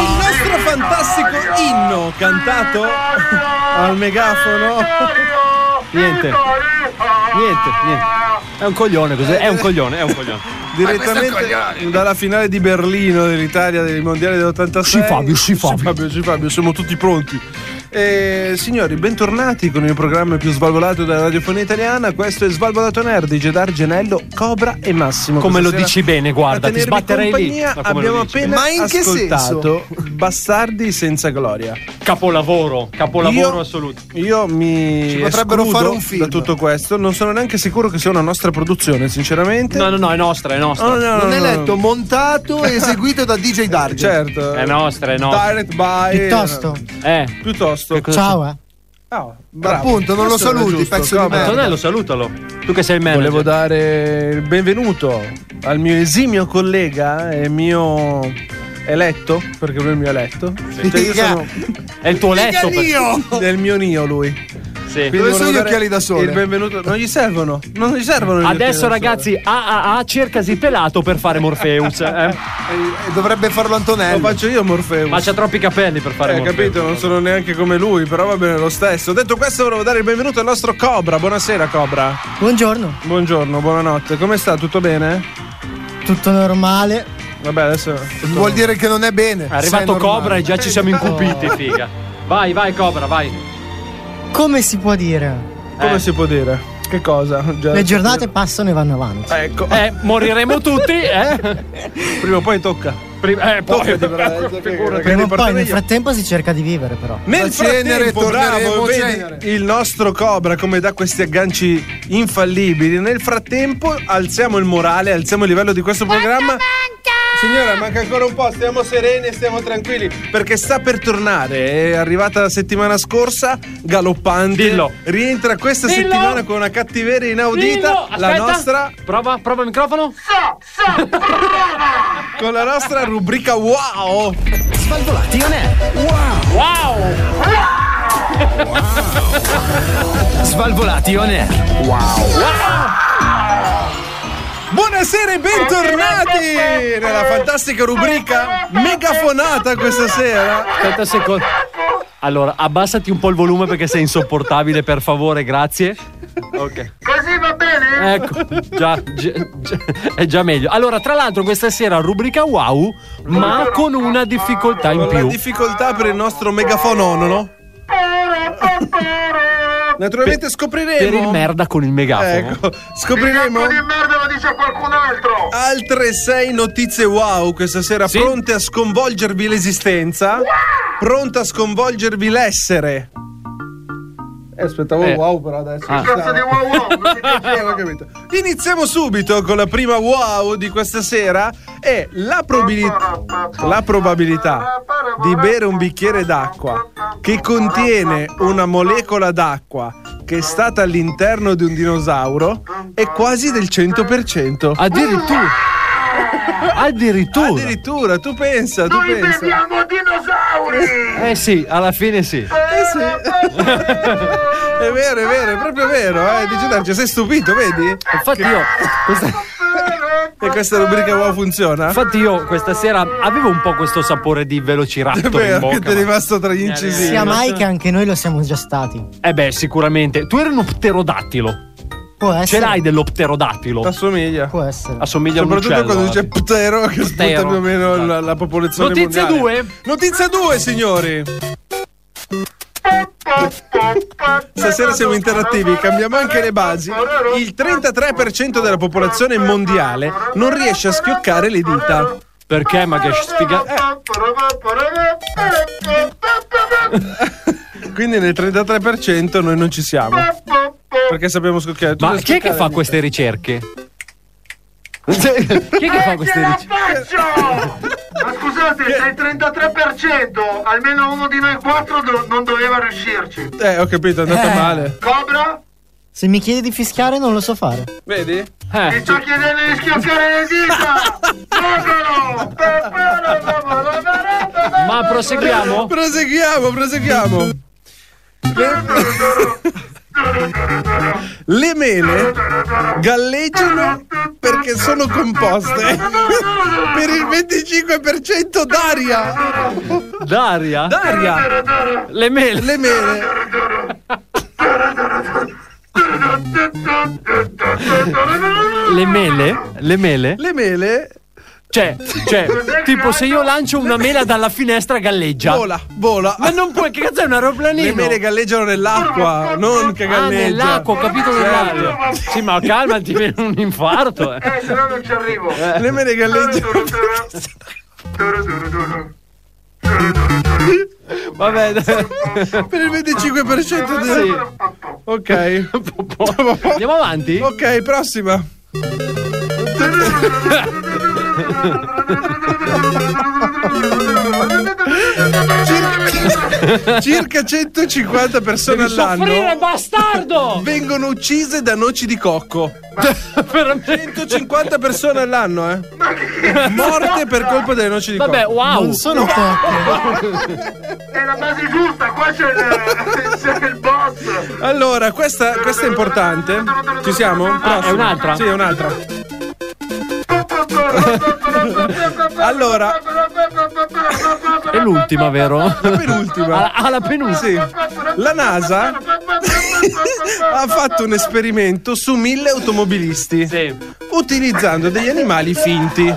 S7: Il nostro fantastico inno cantato al megafono.
S8: Niente. Niente, niente. È un coglione così, è un coglione, è un coglione.
S7: Direttamente dalla finale di Berlino dell'Italia del mondiale dell'86. Sì, Fabio, sì, Fabio. Sì, Fabio, siamo tutti pronti. Eh, signori, bentornati con il programma più svalvolato della radiofonia italiana. Questo è Svalvolato Nerd di Gedar Genello, Cobra e Massimo.
S8: Come lo
S7: Questa
S8: dici
S7: sera,
S8: bene, guarda,
S7: a
S8: ti
S7: tenervi
S8: sbatterei lì.
S7: compagnia,
S8: Ma come lo
S7: Abbiamo
S8: dici?
S7: appena
S8: Ma in che
S7: ascoltato Bastardi senza gloria.
S8: Capolavoro, capolavoro
S7: Io-
S8: assoluto.
S7: Io mi
S8: Ci potrebbero
S7: escludo
S8: fare un film.
S7: da tutto questo. Non sono neanche sicuro che sia una nostra produzione, sinceramente.
S8: No, no, no, è nostra, è nostra.
S7: Oh, no, no,
S4: non è
S7: no,
S4: letto,
S7: no.
S4: montato e eseguito da DJ Darge.
S7: Certo.
S8: È nostra, è nostra.
S7: Direct by.
S4: Piuttosto.
S8: Eh.
S7: Piuttosto.
S4: Ciao, eh.
S7: Ah, bravo.
S4: Appunto, non lo
S7: Questo era
S4: saluti,
S7: giusto,
S4: pezzo di
S7: come?
S4: merda.
S8: Antonello, salutalo. Tu che sei il manager.
S7: Volevo dare il benvenuto al mio esimio collega e mio eletto, perché lui è il mio eletto. Cioè, io
S4: Figa.
S7: sono-
S8: È il tuo letto.
S7: Del mio- Del mio nio lui.
S8: Sì.
S7: Quindi volevo dare Il benvenuto. Non gli servono. Non gli servono. gli occhiali
S8: Adesso
S7: da
S8: ragazzi, AAA cercasi pelato per fare Morpheus. eh.
S7: sole. Dovrebbe farlo Antonello. Lo faccio io Morfeo.
S8: Ma c'ha troppi capelli per fare
S7: Eh,
S8: eh, Morpheus.
S7: capito, non sono neanche come lui, però va bene lo stesso. Detto questo, volevo dare il benvenuto al nostro Cobra. Buonasera, Cobra.
S5: Buongiorno.
S7: Buongiorno, buonanotte. Come sta? Tutto bene?
S5: Tutto normale.
S7: Vabbè, adesso.
S4: Vuol dire che non è bene.
S7: Eh,
S8: È arrivato Cobra e già ci siamo incupiti, figa. Vai, vai Cobra, vai.
S5: Come si può dire?
S8: Eh.
S7: Come si può dire? Che cosa? Già-
S5: Le giornate passano e vanno avanti.
S7: Ecco.
S8: Eh, moriremo tutti, eh?
S7: Prima o poi tocca.
S8: Prima, eh, poi,
S7: Tocca, però, figurati.
S5: Prima o
S7: Devi
S5: poi,
S7: portare
S5: nel
S7: io.
S5: frattempo, si cerca di vivere, però.
S7: Nel frattempo, bravo, vedi
S5: cenere.
S7: il nostro Cobra come dà questi agganci infallibili. Nel frattempo alziamo il morale, alziamo il livello di questo programma. Signora, manca ancora un po', stiamo sereni, stiamo tranquilli, perché sta per tornare, è arrivata la settimana scorsa, galoppante,
S8: Dillo.
S7: rientra questa
S8: Dillo.
S7: settimana con una cattiveria
S8: Dillo,
S7: inaudita, la
S8: aspetta.
S7: nostra
S8: Prova, prova il microfono.
S7: con la nostra rubrica wow!
S11: Svalvolati on air.
S8: Wow!
S11: Svalvolati on air. Wow.
S7: Buonasera e bentornati nella fantastica rubrica megafonata questa sera.
S8: Aspetta un secondo. Allora, abbassati un po' il volume perché sei insopportabile, per favore, grazie.
S7: Ok.
S3: Così va bene?
S8: Ecco, già, già- già- è già meglio. Allora, tra l'altro, questa sera rubrica wow, ma con una difficoltà in
S7: Con la
S8: più.
S7: difficoltà per il nostro megafononono. Eh. Naturalmente
S8: Per-
S7: scopriremo.
S8: Per il merda con il megafono.
S7: Ecco, scopriremo
S3: Di merda lo dice a qualcun altro.
S7: altre sei notizie wow questa sera, pronte a sconvolgervi l'esistenza, pronte a sconvolgervi l'essere. Eh, aspettavo
S3: Eh.
S7: wow però adesso. Eh,
S3: Ah. Cazzo di wow wow, non mi piaceva.
S7: Iniziamo subito con la prima wow di questa sera e la, probabilità- la probabilità di bere un bicchiere d'acqua che contiene una molecola d'acqua che è stata all'interno di un dinosauro è quasi del 100%.
S8: Addirittura. Addirittura.
S7: Addirittura, tu pensa, tu
S3: Noi
S7: pensa.
S3: beviamo dinosauri.
S8: Eh sì, alla fine sì.
S7: Eh sì. è vero, è vero, è proprio vero. Eh. Dice Darge, sei stupito, vedi?
S8: Infatti io
S7: E questa rubrica wow funziona?
S8: Infatti io questa sera avevo un po' questo sapore di
S7: È
S8: velociraptor in
S7: vero,
S8: bocca.
S7: che ti è
S8: ma-
S7: rimasto tra gli incisivi.
S5: Sia mai che anche noi lo siamo già stati.
S8: Eh beh, sicuramente. Tu eri uno pterodattilo.
S5: Può essere.
S8: Ce l'hai dello pterodattilo?
S7: Assomiglia.
S5: Può essere.
S8: Assomiglia a un
S7: Soprattutto
S8: uccello. eh.
S7: quando dice ptero, che
S8: Ptero.
S7: sputa più o meno la, la popolazione
S8: Esatto. Notizia
S7: mondiale. Notizia 2, signori. Stasera siamo interattivi, cambiamo anche le basi. Il 33% della popolazione mondiale non riesce a schioccare le dita.
S8: Perché? Ma che sfiga... Eh,
S7: Quindi nel 33% noi non ci siamo. Perché sappiamo schioccare. Tu
S8: Ma
S7: sai
S8: chi è che
S7: schioccare
S8: fa
S7: le
S8: queste ricerche? chi è che fa queste ricerche?
S3: Faccio! Ma scusate, dal 33% almeno uno di noi quattro do- non doveva riuscirci.
S7: dita? Eh, ho capito, è andata
S5: Eh.
S7: male.
S3: Cobra,
S5: Se mi chiedi di fischiare, non lo so fare.
S7: Vedi?
S3: ti
S8: Eh,
S3: sto chiedendo di schioccare le dita! Pagalo!
S8: Ma proseguiamo?
S7: Proseguiamo, proseguiamo. Le mele galleggiano perché sono composte per il 25% d'aria.
S8: Daria?
S7: D'aria.
S8: Le mele?
S7: Le mele.
S8: Le mele? Le mele?
S7: Le mele
S8: Cioè, cioè, tipo se io lancio una mela dalla finestra galleggia.
S7: vola, vola.
S8: Ma non puoi, che cazzo è un aeroplanino?
S7: Le mele galleggiano nell'acqua, non che
S8: Ah,
S7: galleggia. Certo.
S8: nell'acqua, ho capito nell'aria. Sì, ma calma, ti viene un infarto. eh.
S3: Eh, se no non ci arrivo!
S7: Le mele
S8: Ah,
S7: galleggiano.
S8: Vabbè, dai.
S7: per il 25% del... Ok.
S8: andiamo avanti.
S7: Ok, prossima. Circa, circa 150 persone
S8: Devi soffrire,
S7: all'anno
S8: bastardo!
S7: vengono uccise da noci di cocco.
S8: Veramente.
S7: 150 persone all'anno, eh. Morte per colpa delle noci di
S8: Vabbè,
S7: cocco.
S8: wow.
S5: Non sono poche.
S3: È la base giusta, qua c'è il, c'è il boss!
S7: Allora, questa, questa è importante. Ci siamo?
S8: Ah, è
S7: Prossima.
S8: un'altra?
S7: Sì, è un'altra. Allora,
S8: È l'ultima, vero? Ah,
S7: la penultima.
S8: Alla, alla penultima.
S7: Sì. La NASA ha fatto un esperimento su mille automobilisti
S8: Sì.
S7: utilizzando degli animali finti.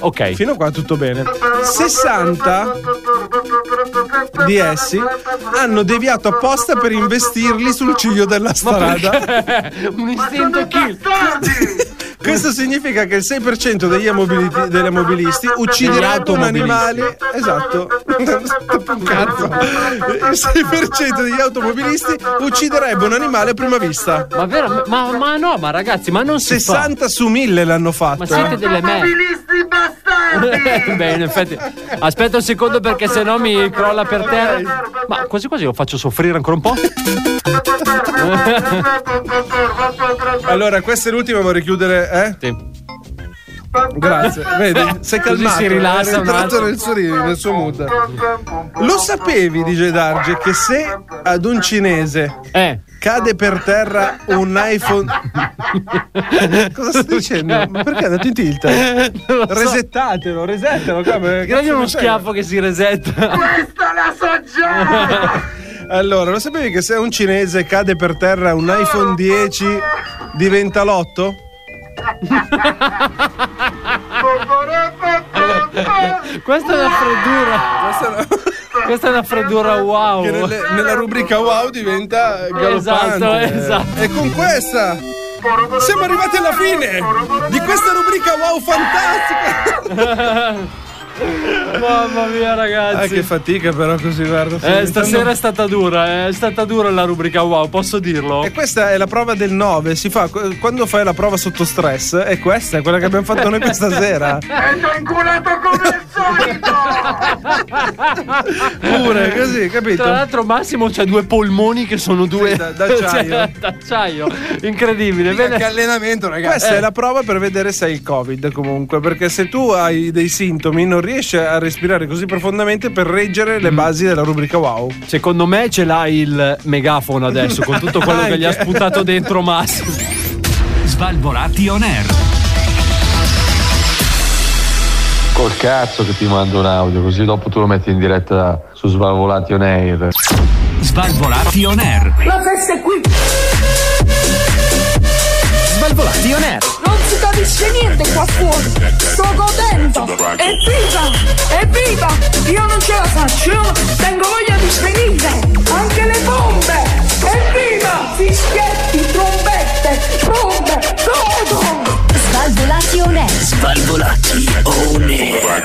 S8: Ok.
S7: Fino a qua tutto bene. 60 di essi hanno deviato apposta per investirli sul ciglio della strada.
S8: Un istinto kill.
S7: Questo significa che il 6% degli amobili- degli ammobilisti uccideranno un animale. Esatto. Stoppa un cazzo. Il 6% degli automobilisti ucciderebbe un animale a prima vista.
S8: Ma vero? Ma, ma no, ma ragazzi, ma non si
S7: 60 su 1000 l'hanno fatto.
S8: Ma siete delle merda.
S3: Mobilisti bastardi!
S8: Beh, in effetti. Aspetta un secondo perché sennò mi crolla per terra. Ma quasi quasi lo faccio soffrire ancora un po'.
S7: Allora, questa è l'ultima, vorrei chiudere, eh? Sì. Grazie, vedi, sei calmato,
S8: eh,
S7: eh.
S8: si rilassa
S7: è
S8: un
S7: entrato
S8: attimo.
S7: nel suo, ri- nel suo mood. Lo sapevi, DJ Darge, che se ad un cinese
S8: Eh.
S7: cade per terra un iPhone... Cosa stai dicendo? Ma perché è andato in tilt? Resettatelo, resettalo. qua, ma che cazzo
S8: Dagli uno
S7: mi fai?
S8: schiaffo che si resetta.
S3: Questa la so già!
S7: Allora, lo sapevi che se un cinese cade per terra un iPhone 10 diventa l'otto?
S8: Questa è una freddura. Questa è una freddura wow.
S7: Che nelle- nella rubrica wow diventa galoppante.
S8: Esatto, esatto.
S7: E con questa siamo arrivati alla fine di questa rubrica wow fantastica.
S8: Mamma mia,
S7: Ah,
S8: ragazzi.
S7: che fatica però così, guarda. sto
S8: Eh,
S7: diventando-
S8: stasera è stata dura, eh, è stata dura la rubrica wow, posso dirlo?
S7: E questa è la prova del 9, si fa qu- quando fai la prova sotto stress, è questa, è quella che abbiamo fatto noi questa sera.
S3: E t'ho inculato come al solito!
S7: Pure, così, capito?
S8: Tra l'altro Massimo c'ha due polmoni che sono due
S7: da- d'acciaio.
S8: cioè, d'acciaio. Incredibile.
S7: Mica
S8: Bene.
S7: che allenamento, ragazzi.
S8: Eh.
S7: Questa è la prova per vedere se hai il Covid, comunque. Perché se tu hai dei sintomi, non riesci a respirare così profondamente per reggere
S8: Mm.
S7: le basi della rubrica wow.
S8: Secondo me ce l'ha il megafono adesso con tutto quello che gli ha
S7: Anche.
S8: sputato dentro Massimo.
S11: Svalvolati on air.
S18: Col cazzo che ti mando un audio, così dopo tu lo metti in diretta su Svalvolati on Air.
S11: Svalvolati on air.
S3: La festa è qui!
S11: Svalvolati on air.
S3: Non si capisce niente qua fuori! Sto godendo! Evviva! Evviva! Io non ce la faccio! Io tengo voglia di svenire! Anche le bombe! Evviva! Fischietti, trombette, bombe, godo!
S6: Svalvolati on air.
S12: Svalvolati on air.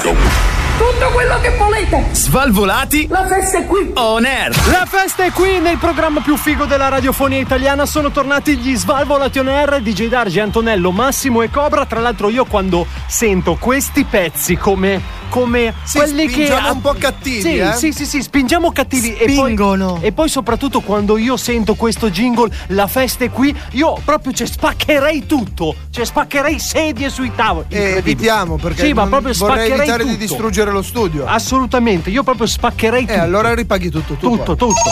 S3: Tutto quello che volete!
S11: Svalvolati.
S3: La festa è qui!
S11: On air.
S8: La festa è qui nel programma più figo della radiofonia italiana. Sono tornati gli Svalvolati on Air, DJ Dargi, Antonello, Massimo e Cobra. Tra l'altro, io quando sento questi pezzi come. come
S4: Sì,
S8: quelli che.
S4: spingiamo un po' cattivi,
S8: Sì,
S4: eh?
S8: sì, sì, sì, spingiamo cattivi. E
S5: Spingono.
S8: poi, e poi, soprattutto, quando io sento questo jingle, la festa è qui, io proprio ci spaccherei tutto. Ci spaccherei sedie sui tavoli.
S4: E
S8: Incredibile.
S4: Eh, evitiamo perché
S8: Sì, ma
S4: non-
S8: proprio
S4: vorrei
S8: spaccherei
S4: evitare di
S8: tutto. Ah.
S4: distruggere lo studio.
S8: Assolutamente, io proprio spaccherei
S4: E
S8: tutto.
S4: allora ripaghi tutto tu.
S8: Tutto,
S4: poi.
S8: tutto.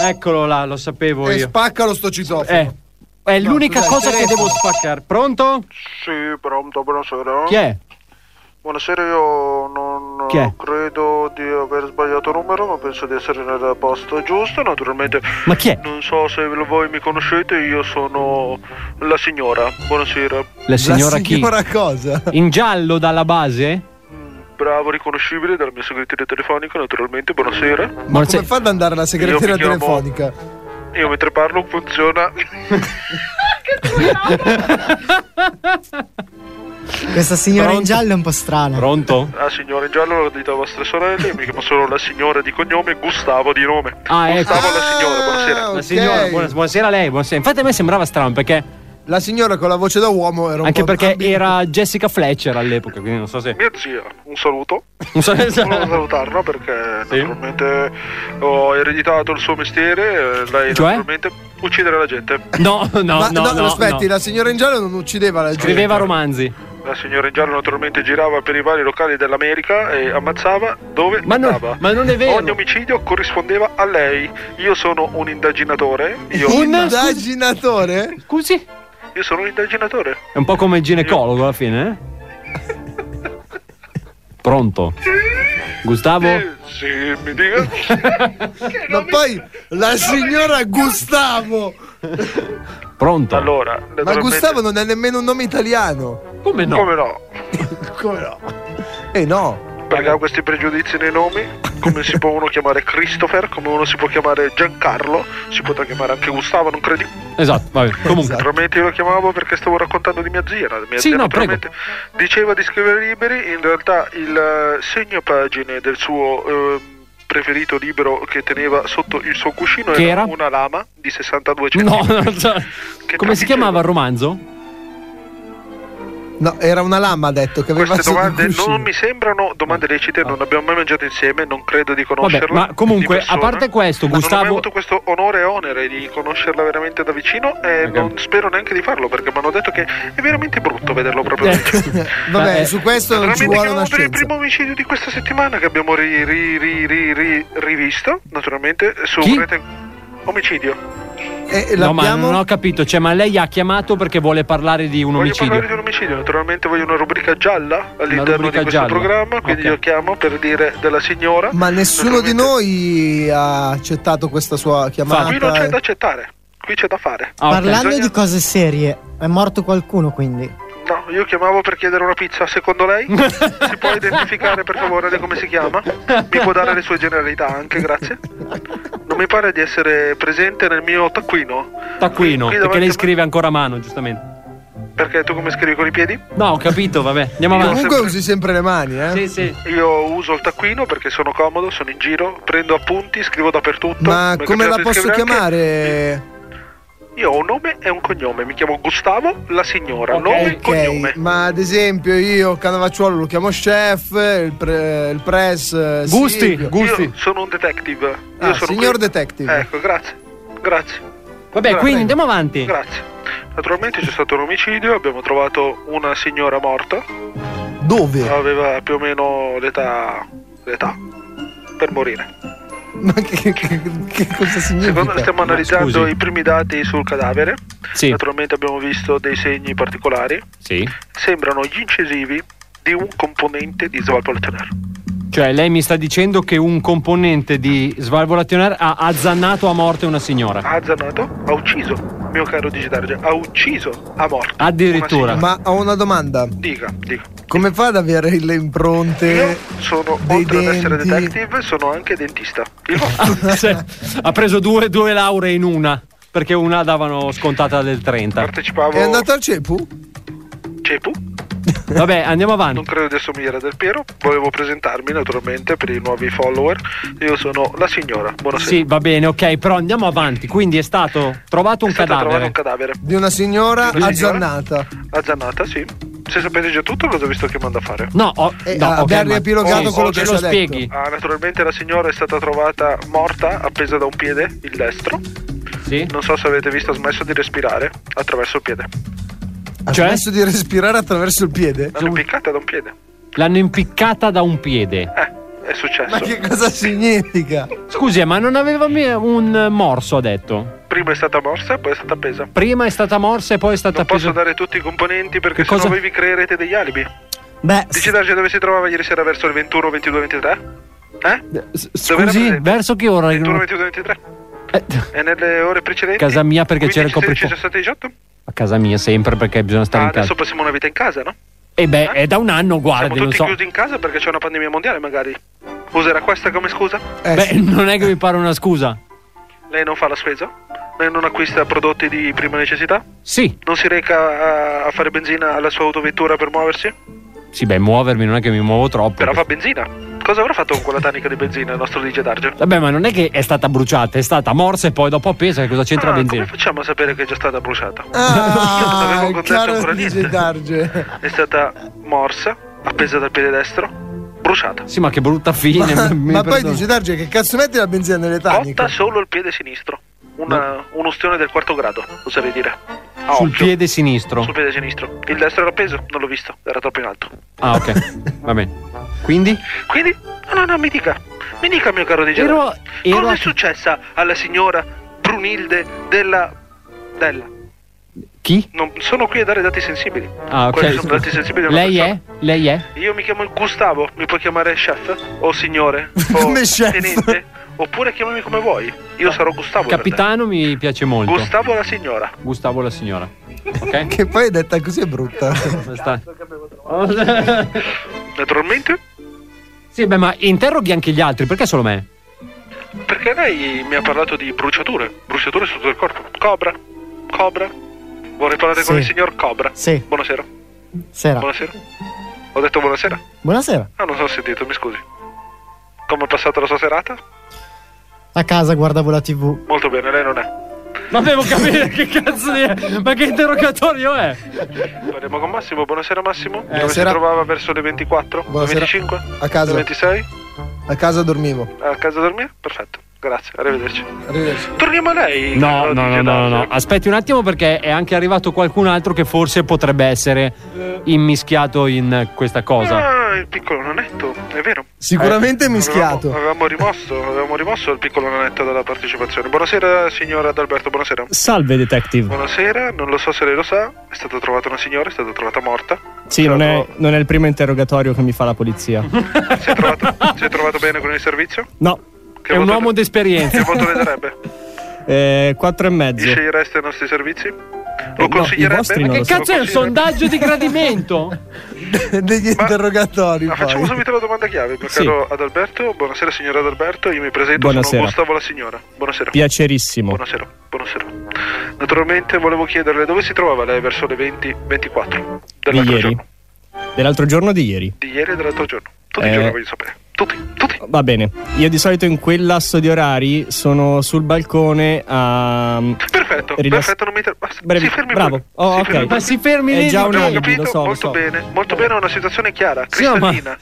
S8: Eccolo là, lo sapevo
S4: E
S8: io.
S4: spaccalo sto citofono.
S8: Eh, è l'unica
S4: cos'è, il
S8: cosa che
S4: telefono?
S8: devo spaccare. Pronto?
S3: Sì, pronto, buonasera.
S8: Chi è?
S3: Buonasera, io non
S8: Chi è?
S3: credo di aver sbagliato numero, ma penso di essere nel posto giusto, naturalmente.
S8: Ma chi è?
S3: Non so se voi mi conoscete, io sono la signora. Buonasera.
S8: La signora chi?
S4: signora cosa?
S8: In giallo dalla base?
S3: Bravo, riconoscibile dalla mia segreteria telefonica, naturalmente. Buonasera.
S4: Ma
S8: Buonasera.
S4: come fa ad andare la segreteria
S3: Io mi chiamo-
S4: telefonica?
S3: Io mentre parlo funziona.
S5: Questa signora
S8: Pronto?
S5: in giallo è un po' strana.
S8: Pronto?
S3: La signora in giallo l'ho dita a vostre sorelle, mi chiamo solo la signora di cognome, Gustavo di nome.
S8: Ah, ecco.
S3: Gustavo la signora, buonasera.
S4: Ah,
S8: La
S4: ok.
S8: signora, buona- buonasera a lei, buonasera. Infatti a me sembrava strano perché
S4: La signora con la voce da uomo era un
S8: anche
S4: po'
S8: perché
S4: ambi-
S8: era Jessica Fletcher all'epoca, quindi non so se
S3: Mia zia, un saluto.
S8: non so
S3: Volevo
S8: se
S3: salutarla perché naturalmente ho ereditato il suo mestiere, eh, lei
S8: Cioè?
S3: naturalmente uccidere la gente.
S8: No, no,
S4: Ma-
S8: no, no, no.
S4: aspetti, la signora in giallo non uccideva la gente.
S8: Scriveva romanzi.
S3: La signora in giallo naturalmente girava per i vari locali dell'America e ammazzava dove
S8: Ma non-
S3: andava.
S8: ma non è vero.
S3: Ogni omicidio corrispondeva a lei. Io sono un indaginatore. Io,
S4: Un indaginatore?
S8: Scusi? È
S3: io sono un indaginatore.
S8: un po' come il ginecologo alla fine, eh? Pronto? Gustavo?
S3: Eh, sì, mi dica. Che
S4: Ma
S3: nome-
S4: poi la signora Gustavo.
S8: Pronto?
S3: Allora,
S4: Ma
S3: naturalmente-
S4: Gustavo non è nemmeno un nome italiano.
S8: Come no?
S3: Come no?
S4: Come no? Eh no.
S3: Perché ha questi pregiudizi nei nomi?
S7: come si può uno chiamare Christopher, come uno si può chiamare Giancarlo, si potrà chiamare anche Gustavo, non credi?
S8: Esatto, vabbè. Comunque.
S7: Naturalmente io lo chiamavo perché stavo raccontando di mia zia. la Mia
S8: Sì,
S7: zia
S8: no,
S7: naturalmente diceva di scrivere libri, in realtà il eh, segno pagine del suo ehm, preferito libro che teneva sotto il suo cuscino
S8: Che era?
S7: una lama di 62
S8: No,
S7: centimetri.
S8: non so. Come si chiamava il romanzo?
S4: No, era una lama ha detto che aveva
S7: Queste
S4: solo un
S7: domande
S4: cuscino. Ah.
S7: non mi sembrano domande lecite, non abbiamo mai mangiato insieme, non credo di
S8: Vabbè,
S7: conoscerla.
S8: ma comunque,
S7: di
S8: a parte questo,
S7: Non ho mai
S8: Gustavo.
S7: avuto questo onore e onere di conoscerla veramente da vicino e non spero neanche di farlo perché mi hanno detto che è veramente brutto vederlo proprio
S8: Eh.
S7: da vicino.
S4: Vabbè, su questo non ci
S7: Naturalmente
S4: vuole
S7: che
S4: una
S7: abbiamo per il
S4: scienza.
S7: primo omicidio di questa settimana che abbiamo ri- ri- ri- ri- ri- rivisto, naturalmente, su rete... Omicidio.
S4: Eh,
S8: no, ma non ho capito. Cioè, ma lei ha chiamato perché vuole parlare di un
S7: Voglio parlare
S8: omicidio.
S7: di un omicidio, naturalmente voglio una rubrica gialla all'interno
S8: rubrica
S7: di questo
S8: gialla,
S7: programma, quindi
S8: ok.
S7: io chiamo per dire della signora.
S4: Ma nessuno di noi ha accettato questa sua chiamata.
S7: Qui non
S8: Ah,
S7: c'è da accettare, qui c'è da fare.
S2: Parlando
S7: Bisogna-
S2: di cose serie, è morto qualcuno quindi.
S7: No, io chiamavo per chiedere una pizza, secondo lei? si può identificare per favore di come si chiama? Mi può dare le sue generalità anche, grazie. Non mi pare di essere presente nel mio taccuino.
S8: Taccuino,
S7: Qui
S8: perché
S7: davanti
S8: lei
S7: a
S8: scrive ancora a mano, giustamente.
S7: me- Perché tu come scrivi con i piedi?
S8: No, ho capito, vabbè. Andiamo
S7: Io
S8: avanti.
S7: sempre-
S4: Comunque usi sempre le mani, eh?
S8: Sì, sì.
S7: Io uso il taccuino perché sono comodo, sono in giro, prendo appunti, scrivo dappertutto.
S4: Ma
S7: Mi è
S4: come la
S7: capitato di
S4: posso
S7: scrivere anche-
S4: chiamare?
S7: Io ho un nome e un cognome, mi chiamo Gustavo la signora, nome e
S4: Ok,
S7: cognome.
S4: ma ad esempio io Canavacciuolo lo chiamo chef, il, pre- il press. eh, Silvio.
S7: Io sono un detective. Io
S4: Ah,
S7: sono
S4: signor detective.
S7: Ecco, grazie. Grazie.
S8: Vabbè,
S7: Grazie.
S8: quindi andiamo avanti.
S7: Grazie. Naturalmente c'è stato un omicidio, abbiamo trovato una signora morta.
S4: Dove?
S7: Aveva più o meno l'età l'età per morire.
S4: Ma che, che- che cosa significa?
S7: Secondo stiamo
S4: Ma
S7: analizzando
S4: scusi.
S7: i primi dati sul cadavere.
S4: Sì.
S7: Naturalmente abbiamo visto dei segni particolari.
S8: Sì.
S7: Sembrano gli incisivi di un componente di svalvolazione.
S8: Cioè, lei mi sta dicendo che un componente di Svalvolationer ha azzannato a morte una signora.
S7: Ha azzannato, ha ucciso, mio caro Digitarge, ha ucciso a morte. Una signora.
S4: Ma ho una domanda.
S7: Dica, dica.
S4: Come fa ad avere le impronte?
S7: Sono
S4: dei
S7: oltre ad essere
S4: denti?
S7: detective, sono anche dentista.
S8: Cioè, ha preso due, due lauree in una. Perché una davano scontata del 30.
S7: Partecipavo.
S4: È andato al cepu?
S7: Cepu?
S8: Vabbè, andiamo avanti.
S7: Non credo di assomigliare a Del Piero. Volevo presentarmi naturalmente per i nuovi follower. Io sono la signora. Buonasera.
S8: Sì, va bene, ok, però andiamo avanti. Quindi è stato trovato un
S7: È stato trovato
S8: cadavere.
S7: un cadavere.
S4: Di una signora
S7: Di una signora?
S4: Ah, azzannata.
S7: Azzannata, sì. Se sapete già tutto, cosa vi sto chiamando a fare?
S8: No, Eh, ho,
S4: Eh, no, ah, ok, abbiamo ma- riepilogato quello che
S7: ce
S4: ci ha detto.
S7: Ah, naturalmente la signora è stata trovata morta, appesa da un piede, il destro.
S8: Sì.
S7: Non so se avete visto, ha smesso di respirare attraverso il piede.
S4: Ha
S8: Cioè?
S4: smesso di respirare attraverso il piede?
S7: L'hanno impiccata da un piede. Eh,
S8: L'hanno impiccata da un piede.
S7: È successo.
S4: Ma che cosa significa?
S8: Scusi, ma non aveva me- un eh, morso, ha detto.
S7: Prima è stata morsa, poi è stata appesa.
S8: Prima è stata morsa e poi è stata
S7: Non posso
S8: appesa.
S7: dare tutti i componenti perché
S8: Che
S7: sennò
S8: cosa-
S7: voi vi creerete degli alibi.
S2: Beh.
S7: Dici Darge dove si trovava ieri sera verso il 21, 22, 23? Eh? Dov'era
S8: Scusi,
S7: presente?
S8: verso che ora? Eh,
S7: 21, 22, 23? E nelle ore precedenti?
S8: Casa mia perché c'era il
S7: 15,
S8: coprifuoco.
S7: 16, 17, 18?
S8: A casa mia sempre perché bisogna stare
S7: Ah,
S8: in casa.
S7: adesso passiamo una vita in casa, no?
S8: E beh, è da un anno,
S7: Siamo
S8: guardi, lo
S7: tutti
S8: so.
S7: chiusi in casa perché c'è una pandemia mondiale magari. Userà questa come scusa?
S4: Eh.
S8: Beh, non è che mi pare una scusa.
S7: Lei non fa la spesa? Lei non acquista prodotti di prima necessità?
S8: Sì.
S7: Non si reca a- a fare benzina alla sua autovettura per muoversi?
S8: Sì, beh, muovermi non è che mi muovo troppo.
S7: Però fa benzina. Cosa avrà fatto con quella tanica di benzina il nostro DJ Darger?
S8: Vabbè, ma non è che è stata bruciata, è stata morsa e poi dopo appesa, che cosa c'entra
S7: Ah,
S8: benzina?
S7: come facciamo a sapere che è già stata bruciata? Io non avevo
S4: Ah,
S7: contestato ancora
S4: caro
S7: niente.
S4: DJ Darge.
S7: È stata morsa, appesa dal piede destro, bruciata.
S8: Sì, ma che brutta fine.
S4: Ma,
S8: mi
S4: ma poi
S8: perdoni.
S4: dice Darge che cazzo metti la benzina nelle taniche?
S7: Cotta solo il piede sinistro. Una, Un ustione del quarto grado, oserei dire. A
S8: sul
S7: occhio.
S8: piede sinistro.
S7: Sul piede sinistro. Il destro era appeso? Non l'ho visto, era troppo in alto.
S8: Ah, ok. Va bene. Quindi?
S7: Quindi, no, no, no, mi dica. Mi dica, mio caro DJ.
S8: Ero-
S7: Darger, Cosa è successa alla signora Brunilde della... Della.
S8: Chi?
S7: Non sono qui a dare dati sensibili.
S8: Ah, ok.
S7: Quelli sono dati sensibili. di una
S8: Lei
S7: persona.
S8: è? Lei è?
S7: Io mi chiamo Gustavo, mi puoi chiamare chef o signore o
S8: Come chef?
S7: tenente, oppure chiamami come vuoi. Io sarò Gustavo. per
S8: Capitano mi piace
S7: te.
S8: molto.
S7: Gustavo la signora.
S8: Gustavo la signora.
S4: Che poi è detta così è brutta.
S8: Sta-
S7: Naturalmente
S8: Sì, beh, ma interroghi anche gli altri, perché solo me?
S7: Perché lei mi ha parlato di bruciature, bruciature su tutto il corpo. Cobra, cobra. Vorrei parlare con
S19: Sì.
S7: il signor Cobra.
S19: Sì.
S7: Buonasera.
S19: Sera.
S7: Buonasera. Ho detto buonasera.
S19: Buonasera.
S7: Ah, non so sentito, mi scusi. Come è passata la sua serata?
S19: A casa guardavo la TV.
S7: Molto bene, lei non è.
S8: Ma devo capire che cazzo di. Ma che interrogatorio è?
S7: Parliamo con Massimo. Buonasera Massimo. Dove
S20: buonasera.
S7: si trovava verso le 24?
S20: Eh, Buonasera.
S7: Le 25?
S20: A casa.
S7: Le 26?
S20: A casa dormivo.
S7: A casa a dormire? Perfetto. Grazie, arrivederci.
S20: Arrivederci.
S7: Torniamo a lei.
S8: No, no, no, no, no. Aspetti un attimo perché è anche arrivato qualcun altro che forse potrebbe essere immischiato in questa cosa.
S7: Ah, il piccolo nonetto, è vero.
S8: Sicuramente
S7: Eh,
S8: mischiato.
S7: Avevamo, avevamo rimosso, avevamo rimosso il piccolo nonetto dalla partecipazione. Buonasera signora Adalberto, buonasera.
S5: Salve detective.
S7: Buonasera, non lo so se lei lo sa, è stata trovata una signora, è stata trovata morta.
S5: Sì, non è, non è il primo interrogatorio che mi fa la polizia.
S7: Si è trovato bene con il servizio?
S5: No.
S7: È un uomo
S8: d'esperienza.
S7: Che voto le darebbe?
S5: Eh, quattro e
S7: Gli
S5: mezzo.
S7: scegliereste i nostri servizi?
S5: Eh,
S7: Lo
S5: no, i vostri
S7: consiglierebbe?
S5: non
S8: Che
S5: lo so.
S8: cazzo è un sondaggio di gradimento?
S20: Degli interrogatori.
S7: Ma Ah, facciamo
S20: poi.
S7: subito la domanda chiave, mio
S5: Sì.
S7: caro Adalberto. Buonasera signora Adalberto, io mi presento,
S5: Buonasera.
S7: sono Gustavo la signora. Buonasera.
S5: Piacerissimo.
S7: Buonasera, buonasera. Naturalmente volevo chiederle dove si trovava lei verso le 20, 24
S5: Di ieri. Dell'altro giorno di ieri.
S7: di ieri e dell'altro giorno. Tutti
S5: Eh.
S7: i giorni voglio sapere.
S5: Va bene. Io di solito in quel lasso di orari sono sul balcone a.
S7: ehm, Perfetto, perfetto, non mi inter- basta,
S5: Brevi-
S7: si fermi
S5: bravo.
S7: pure.
S5: Oh,
S7: Si
S5: ok.
S7: fermi pure.
S5: Ma si fermi lì
S7: È già
S5: di
S7: un
S5: piedi,
S7: abito,
S5: lo so, lo
S7: molto
S5: so.
S7: bene, molto bene, è una situazione chiara,
S8: Sì, ma-
S7: cristallina.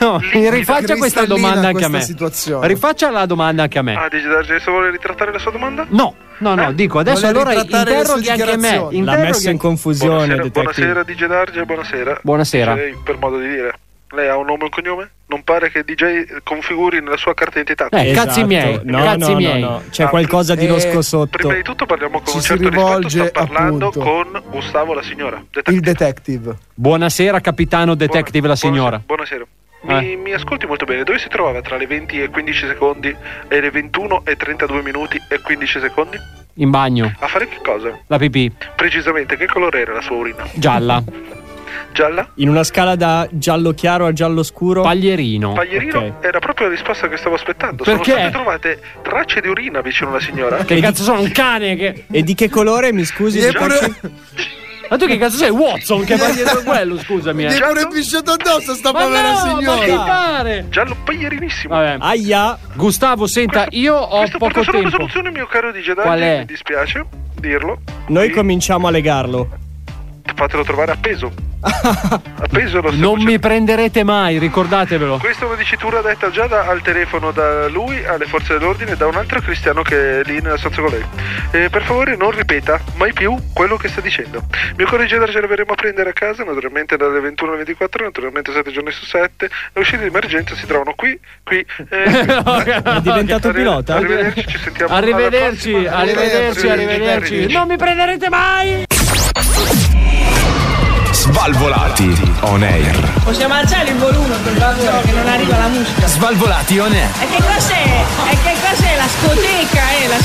S8: No,
S7: Liquida.
S8: rifaccia questa domanda anche a me.
S7: Cristallina
S8: Rifaccia la domanda anche a me.
S7: Ah, dici Darge, se vuole ritrattare la sua domanda?
S8: Eh. No, no, no, dico adesso
S7: Vuole
S8: allora
S7: ritrattare le sue
S8: interroghi anche me.
S7: dichiarazioni.
S8: interroghi
S5: L'ha messo in
S8: anche-
S5: confusione,
S7: Buonasera,
S5: detective.
S7: buonasera DJ Darge, buonasera.
S8: Buonasera.
S7: Dice lei, per modo di dire. Lei ha un nome e un cognome? Non pare che DJ configuri nella sua carta d'identità.
S5: Eh, Esatto. cazzi miei, No, cazzi no, no, miei. no, c'è qualcosa
S4: eh,
S8: Eh.
S5: di losco sotto.
S8: certo.
S7: Prima di tutto parliamo con
S20: Ci
S7: un
S20: si
S7: certo rispetto,
S20: rivolge,
S7: sta parlando
S20: appunto.
S7: con Gustavo la signora.
S20: Il detective.
S8: Buonasera, capitano detective, la signora. Eh.
S7: Buonasera. Mi, mi ascolti molto bene, dove si trovava tra le 20 e 15 secondi e le 21 e 32 minuti e 15 secondi?
S8: In bagno.
S7: A fare che cosa?
S8: La pipì.
S7: Precisamente, che colore era la sua urina?
S8: Gialla.
S7: Gialla?
S5: In una scala da giallo chiaro a giallo scuro.
S8: Paglierino.
S7: Paglierino era proprio la risposta che stavo aspettando.
S5: Perché?
S7: Sono state trovate tracce di urina vicino alla signora.
S5: Che cazzo
S8: sono un cane che.
S5: E di che colore mi scusi?
S7: Gli è pure-
S5: detective?
S8: Ma tu che cazzo sei Watson che va dietro quello, scusami.
S20: Gli
S8: Eh.
S20: è
S4: Certo.
S20: pure pisciato addosso sta
S8: Ma
S20: povera
S8: no, ma che
S20: signora.
S8: pare?
S7: Giallo paglierinissimo.
S8: Vabbè.
S5: Aia.
S8: Gustavo, senta, io ho
S7: Questo porta
S8: poco
S7: solo una
S8: tempo.
S7: soluzione, mio caro di Jedi.
S8: Qual è?
S7: Mi dispiace dirlo.
S5: Noi cominciamo a legarlo.
S7: Fatelo trovare appeso. appeso lo
S8: Non mi prenderete mai, ricordatevelo.
S7: Questa è una dicitura detta già da- al telefono da lui alle forze dell'ordine e da un altro cristiano che è lì nella stanza con lei. Eh, per favore non ripeta mai più quello che sta dicendo. Mio correggedor ce l'avremo a prendere a casa, naturalmente dalle 21 alle 24, naturalmente 7 giorni su 7. Le uscite di emergenza si trovano qui, qui eh. e qui.
S5: È diventato
S7: Arri-
S5: pilota?
S7: Arrivederci, ci sentiamo. alla
S8: Arrivederci,
S7: prossima.
S8: arrivederci, arrivederci. Non mi prenderete mai!
S21: Svalvolati on air.
S22: Possiamo alzare il volume per favore che non arriva la musica.
S21: Svalvolati on air.
S22: E che cos'è? E che cos'è la scoteca, eh? La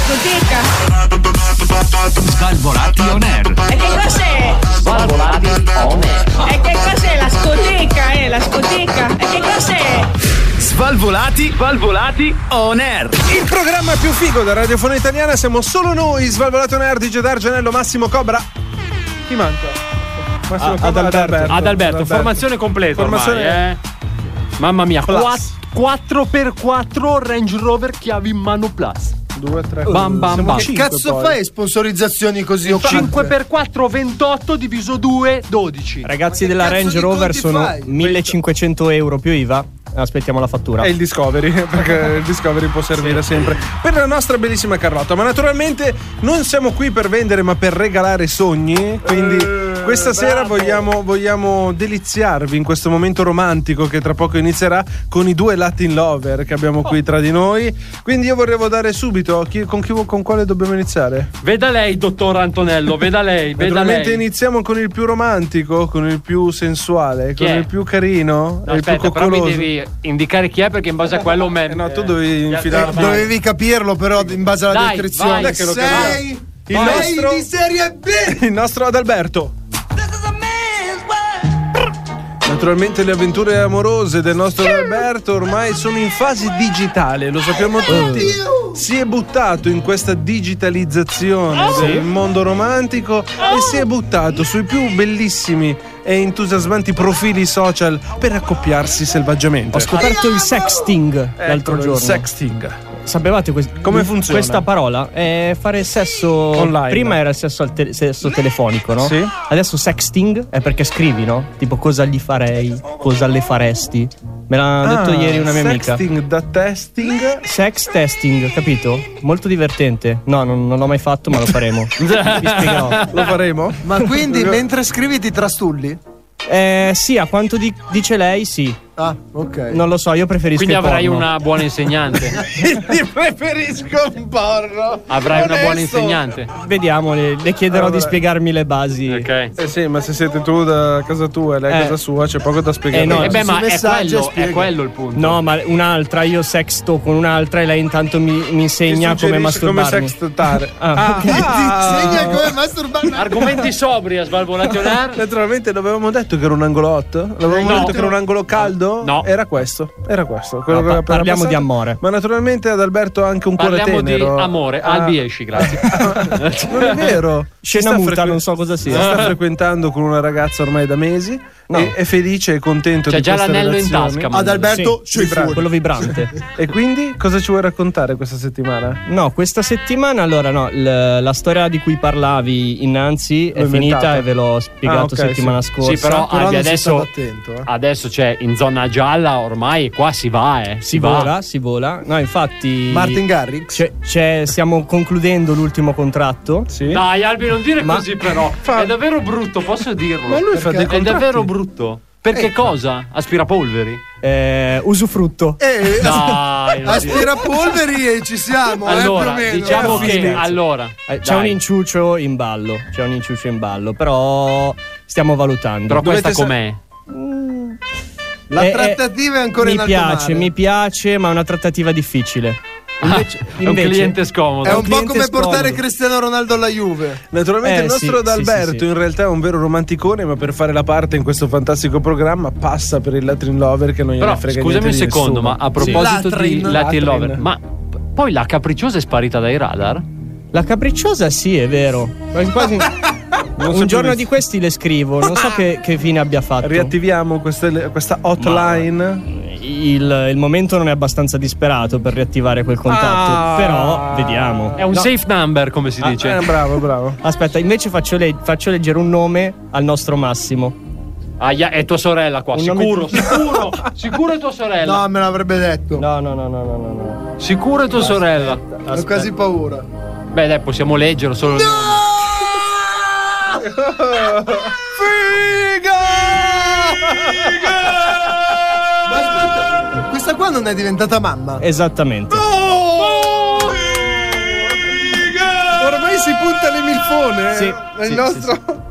S22: scoteca.
S21: Svalvolati on air.
S22: E che cos'è?
S21: Svalvolati on air.
S22: E che cos'è la scoteca, eh? La scoteca. E che cos'è?
S21: Svalvolati, svalvolati on air.
S4: Il programma più figo della radiofonia italiana siamo solo noi, Svalvolato Nerd, DJ Dargenello, Massimo Cobra. Chi manca? Massimo
S8: Ah,
S4: Cobra, Adalberto.
S8: Ad Alberto, formazione completa.
S4: Formazione-
S8: ormai, eh. Mamma mia,
S4: Plus.
S8: 4x4 Range Rover chiavi in mano plus.
S4: 2, 3,
S8: Bam, bam, bam.
S20: Che cazzo fai sponsorizzazioni così? o
S8: 5x4 28 diviso 2 12.
S5: Ragazzi della Range Rover sono 1500 euro più IVA. Aspettiamo la fattura.
S4: E il Discovery, perché il Discovery può servire sempre per la nostra bellissima Carlotta. Ma naturalmente non siamo qui per vendere, ma per regalare sogni. Quindi questa sera vogliamo, vogliamo deliziarvi in questo momento romantico che tra poco inizierà con i due Latin Lover che abbiamo qui tra di noi. Quindi io vorrevo dare subito chi- con, chi, con quale dobbiamo iniziare?
S8: Veda lei, dottor Antonello, veda lei, veda
S4: Naturalmente
S8: lei.
S4: iniziamo con il più romantico, con il più sensuale,
S8: Chi
S4: con
S8: è?
S4: il più carino, e
S8: No,
S4: il
S8: aspetta,
S4: più
S8: però mi
S4: coccoloso.
S8: devi indicare chi è perché in base a quello me... No, tu
S4: Eh, dovevi
S20: Eh, dovevi capirlo però in base alla
S8: Dai,
S20: descrizione.
S8: vai,
S20: Sei
S8: vai.
S20: il
S4: Vai.
S20: nostro di serie B.
S4: Il nostro Adalberto. Naturalmente le avventure amorose del nostro Roberto ormai sono in fase digitale, lo sappiamo tutti. Si è buttato in questa digitalizzazione
S20: Oh.
S23: Sì.
S4: del mondo romantico e si è buttato sui più bellissimi e entusiasmanti profili social per accoppiarsi selvaggiamente.
S7: Ho scoperto il sexting l'altro
S4: Eccolo, Ecco, il
S7: giorno.
S4: sexting.
S7: Sapevate que-
S4: Come funziona?
S7: questa parola? È fare sesso
S4: Online.
S7: Prima era il sesso, al te- sesso telefonico, no?
S4: Sì.
S7: Adesso sexting è perché scrivi, no? Tipo cosa gli farei, cosa le faresti. Me l'ha
S4: Ah,
S7: detto ieri una mia amica.
S4: Sexting da testing.
S7: Sex testing, capito? Molto divertente. No, non, non l'ho mai fatto, ma lo faremo. Vi spiegherò.
S4: Lo faremo?
S1: Ma quindi mentre scrivi ti trastulli?
S7: Eh, sì, a quanto di- dice lei, sì.
S1: Ah, ok.
S7: Non lo so, io preferisco.
S8: Quindi
S7: il
S8: avrai
S7: porno.
S8: una buona insegnante.
S4: Ti preferisco un porno.
S8: Avrai una buona
S4: Onesto.
S8: insegnante.
S7: Vediamo, le, le chiederò
S4: Allora.
S7: di spiegarmi le basi.
S8: Ok.
S4: Eh sì, ma se siete tu da casa tua e lei a
S7: Eh.
S4: casa sua, c'è poco da spiegare.
S7: Eh no, Eh beh, ma
S8: è quello- è quello il punto.
S7: No, ma un'altra, io sexto con un'altra e lei intanto mi, mi insegna
S4: Ti suggerisce
S7: come
S4: come
S7: masturbarmi.
S4: sextotare.
S7: Ah, ok.
S1: come masturbarmi.
S8: Argomenti sobri a Svalvolati on Air.
S4: Naturalmente l'avevamo detto che era un angolo hot? L'avevamo
S8: No.
S4: detto che era un angolo caldo?
S8: No.
S4: Era questo. Era questo.
S7: No,
S4: che
S7: pa-
S4: era appena
S7: parliamo di
S4: passato.
S7: amore.
S4: Ma naturalmente ad Alberto ha anche un
S8: Parliamo
S4: cuore
S8: di
S4: tenero.
S8: amore.
S4: Ah,
S8: Albi esci, grazie.
S4: non è vero. Si
S7: Scena
S4: sta
S7: muta,
S4: frequen-
S7: non so cosa
S4: Si
S7: sia.
S4: sta frequentando con una ragazza ormai da mesi.
S7: No. Cioè,
S4: E è felice e contento
S8: C'ha
S4: di
S8: già
S4: questa
S8: l'anello in
S4: relazione.
S8: tasca, ma- Ad
S1: Alberto,
S4: Sì, vibrante.
S7: quello vibrante.
S4: E quindi cosa ci vuoi raccontare questa settimana?
S7: No, questa settimana allora no, l- la storia di cui parlavi innanzi
S4: L'ho
S7: è finita
S4: inventata.
S7: e ve l'ho spiegato
S4: Ah, ok,
S7: settimana
S4: sì.
S7: scorsa.
S8: Sì, però,
S1: Però
S8: Albi
S1: non sei stato
S8: adesso,
S1: attento. eh.
S8: adesso c'è in zona gialla ormai qua si va, eh. Si,
S7: si
S8: va.
S7: vola, si vola. No, infatti
S1: Martin Garrix.
S7: c'è- c'è- stiamo concludendo l'ultimo contratto.
S4: Sì.
S8: Dai, Albi, non dire
S7: Ma-
S8: così, però. È davvero brutto, posso dirlo.
S4: Ma lui fa dei
S8: È
S4: contratti. Eh.
S8: davvero brutto. Perché cosa? Aspirapolveri?
S7: Eh, usufrutto.
S1: Eh,
S8: Dai, non dire.
S1: aspirapolveri e ci siamo. eh, più o
S8: Allora,
S1: meno.
S8: diciamo
S1: Eh,
S8: che allora
S7: Eh, C'è
S8: dai.
S7: un inciucio in ballo, c'è un inciucio in ballo, però stiamo valutando.
S8: Però questa
S4: Dovete sa-
S8: com'è?
S1: La
S7: Eh, eh,
S1: trattativa è ancora
S7: mi
S1: in alto
S7: piace,
S1: mare.
S7: mi piace, ma è una trattativa difficile. Invece-
S8: È un
S7: invece-
S8: cliente scomodo.
S1: È un po'
S7: cliente
S1: come portare
S7: scomodo.
S1: Cristiano Ronaldo alla Juve.
S4: Naturalmente
S7: Eh,
S4: il nostro
S7: sì,
S4: D'Alberto
S7: sì, sì, sì.
S4: in realtà è un vero romanticone, ma per fare la parte in questo fantastico programma passa per il Latin Lover che non gliene
S8: Però
S4: frega
S8: scusami un
S4: niente di
S8: secondo,
S4: nessuno.
S8: ma a proposito di
S4: Latrin.
S8: Latin Lover,
S4: Latrin.
S8: ma p- poi la capricciosa è sparita dai radar?
S7: La capricciosa, sì, è vero. Quasi- quasi-
S4: Non so
S7: un giorno
S4: come-
S7: di questi le scrivo, non so che, che fine abbia fatto.
S4: riattiviamo queste- questa hotline.
S7: il, il momento non è abbastanza disperato per riattivare quel contatto.
S4: Ah.
S7: Però vediamo.
S8: È un
S7: No,
S8: safe number, come si
S4: Eh, Ah,
S8: dice.
S4: eh, bravo, bravo.
S7: Aspetta, invece faccio, le- faccio leggere un nome al nostro Massimo.
S8: Aia, è tua sorella qua,
S7: Un nome
S8: sicuro,
S7: di-
S8: sicuro, sicuro è tua sorella.
S1: No, me l'avrebbe detto.
S7: No, no, no, no, no, no. no.
S8: Sicuro è tua sorella.
S1: Ho quasi paura.
S8: Beh, dai, possiamo leggerlo solo il nome.
S1: Ma aspetta, questa qua non è diventata mamma.
S7: Esattamente.
S4: Ormai si punta le milfone.
S7: Eh. Sì,
S4: È il
S7: sì,
S4: nostro.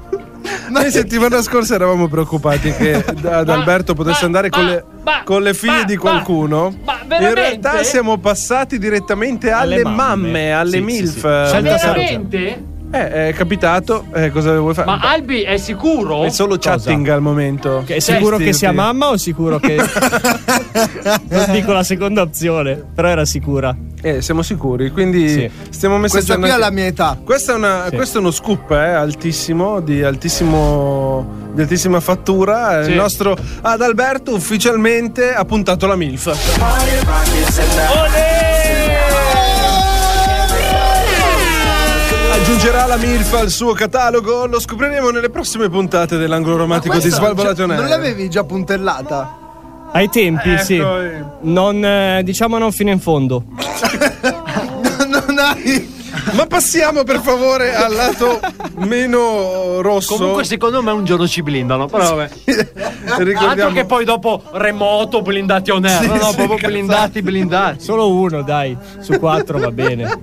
S4: Noi settimana scorsa eravamo preoccupati che da- ad
S8: Ma-
S4: Alberto potesse
S8: ma-
S4: andare con,
S8: ma-
S4: le,
S8: ma-
S4: con le figlie
S8: ma-
S4: di qualcuno.
S8: ma- ma
S4: In
S8: veramente?
S4: realtà siamo passati direttamente alle,
S7: Alle
S4: mamme,
S7: mamme.
S4: alle
S7: Sì,
S4: MILF.
S7: sì, sì. Scelta
S8: Veramente?
S4: Eh, è capitato. Eh, cosa vuoi fare?
S8: Ma Albi è sicuro?
S4: è solo
S7: Cosa?
S4: chatting al momento.
S7: Che è sicuro che sia
S4: Testi.
S7: mamma o sicuro che. non dico la seconda opzione, però era sicura.
S4: Eh, siamo sicuri, quindi
S7: Sì.
S4: stiamo messi
S1: Questa qui è
S4: aggiornati.
S1: la mia età.
S4: Questa è una-
S7: Sì.
S4: Questo è uno scoop eh, altissimo, di, altissimo, di altissima fattura.
S8: Sì.
S4: Il nostro Adalberto ufficialmente ha puntato la MILF. Aggiungerà la MILF al suo catalogo, lo scopriremo nelle prossime puntate dell'angolo romantico di
S1: Questa-
S4: Svalvolato
S1: cioè,
S4: on Air.
S1: Non l'avevi già puntellata?
S7: Ai tempi,
S4: Ecco,
S7: sì.
S4: eh.
S7: Non, eh, diciamo non fino in fondo.
S1: non hai.
S4: Ma passiamo per favore al lato meno rosso.
S8: Comunque, secondo me un giorno ci blindano. Però vabbè. Altro
S4: ricordiamo
S8: che poi dopo remoto blindati on air.
S4: Sì,
S8: no, no,
S4: sì,
S8: proprio
S4: cazzo.
S8: blindati, blindati.
S7: Solo uno, dai, su quattro va bene.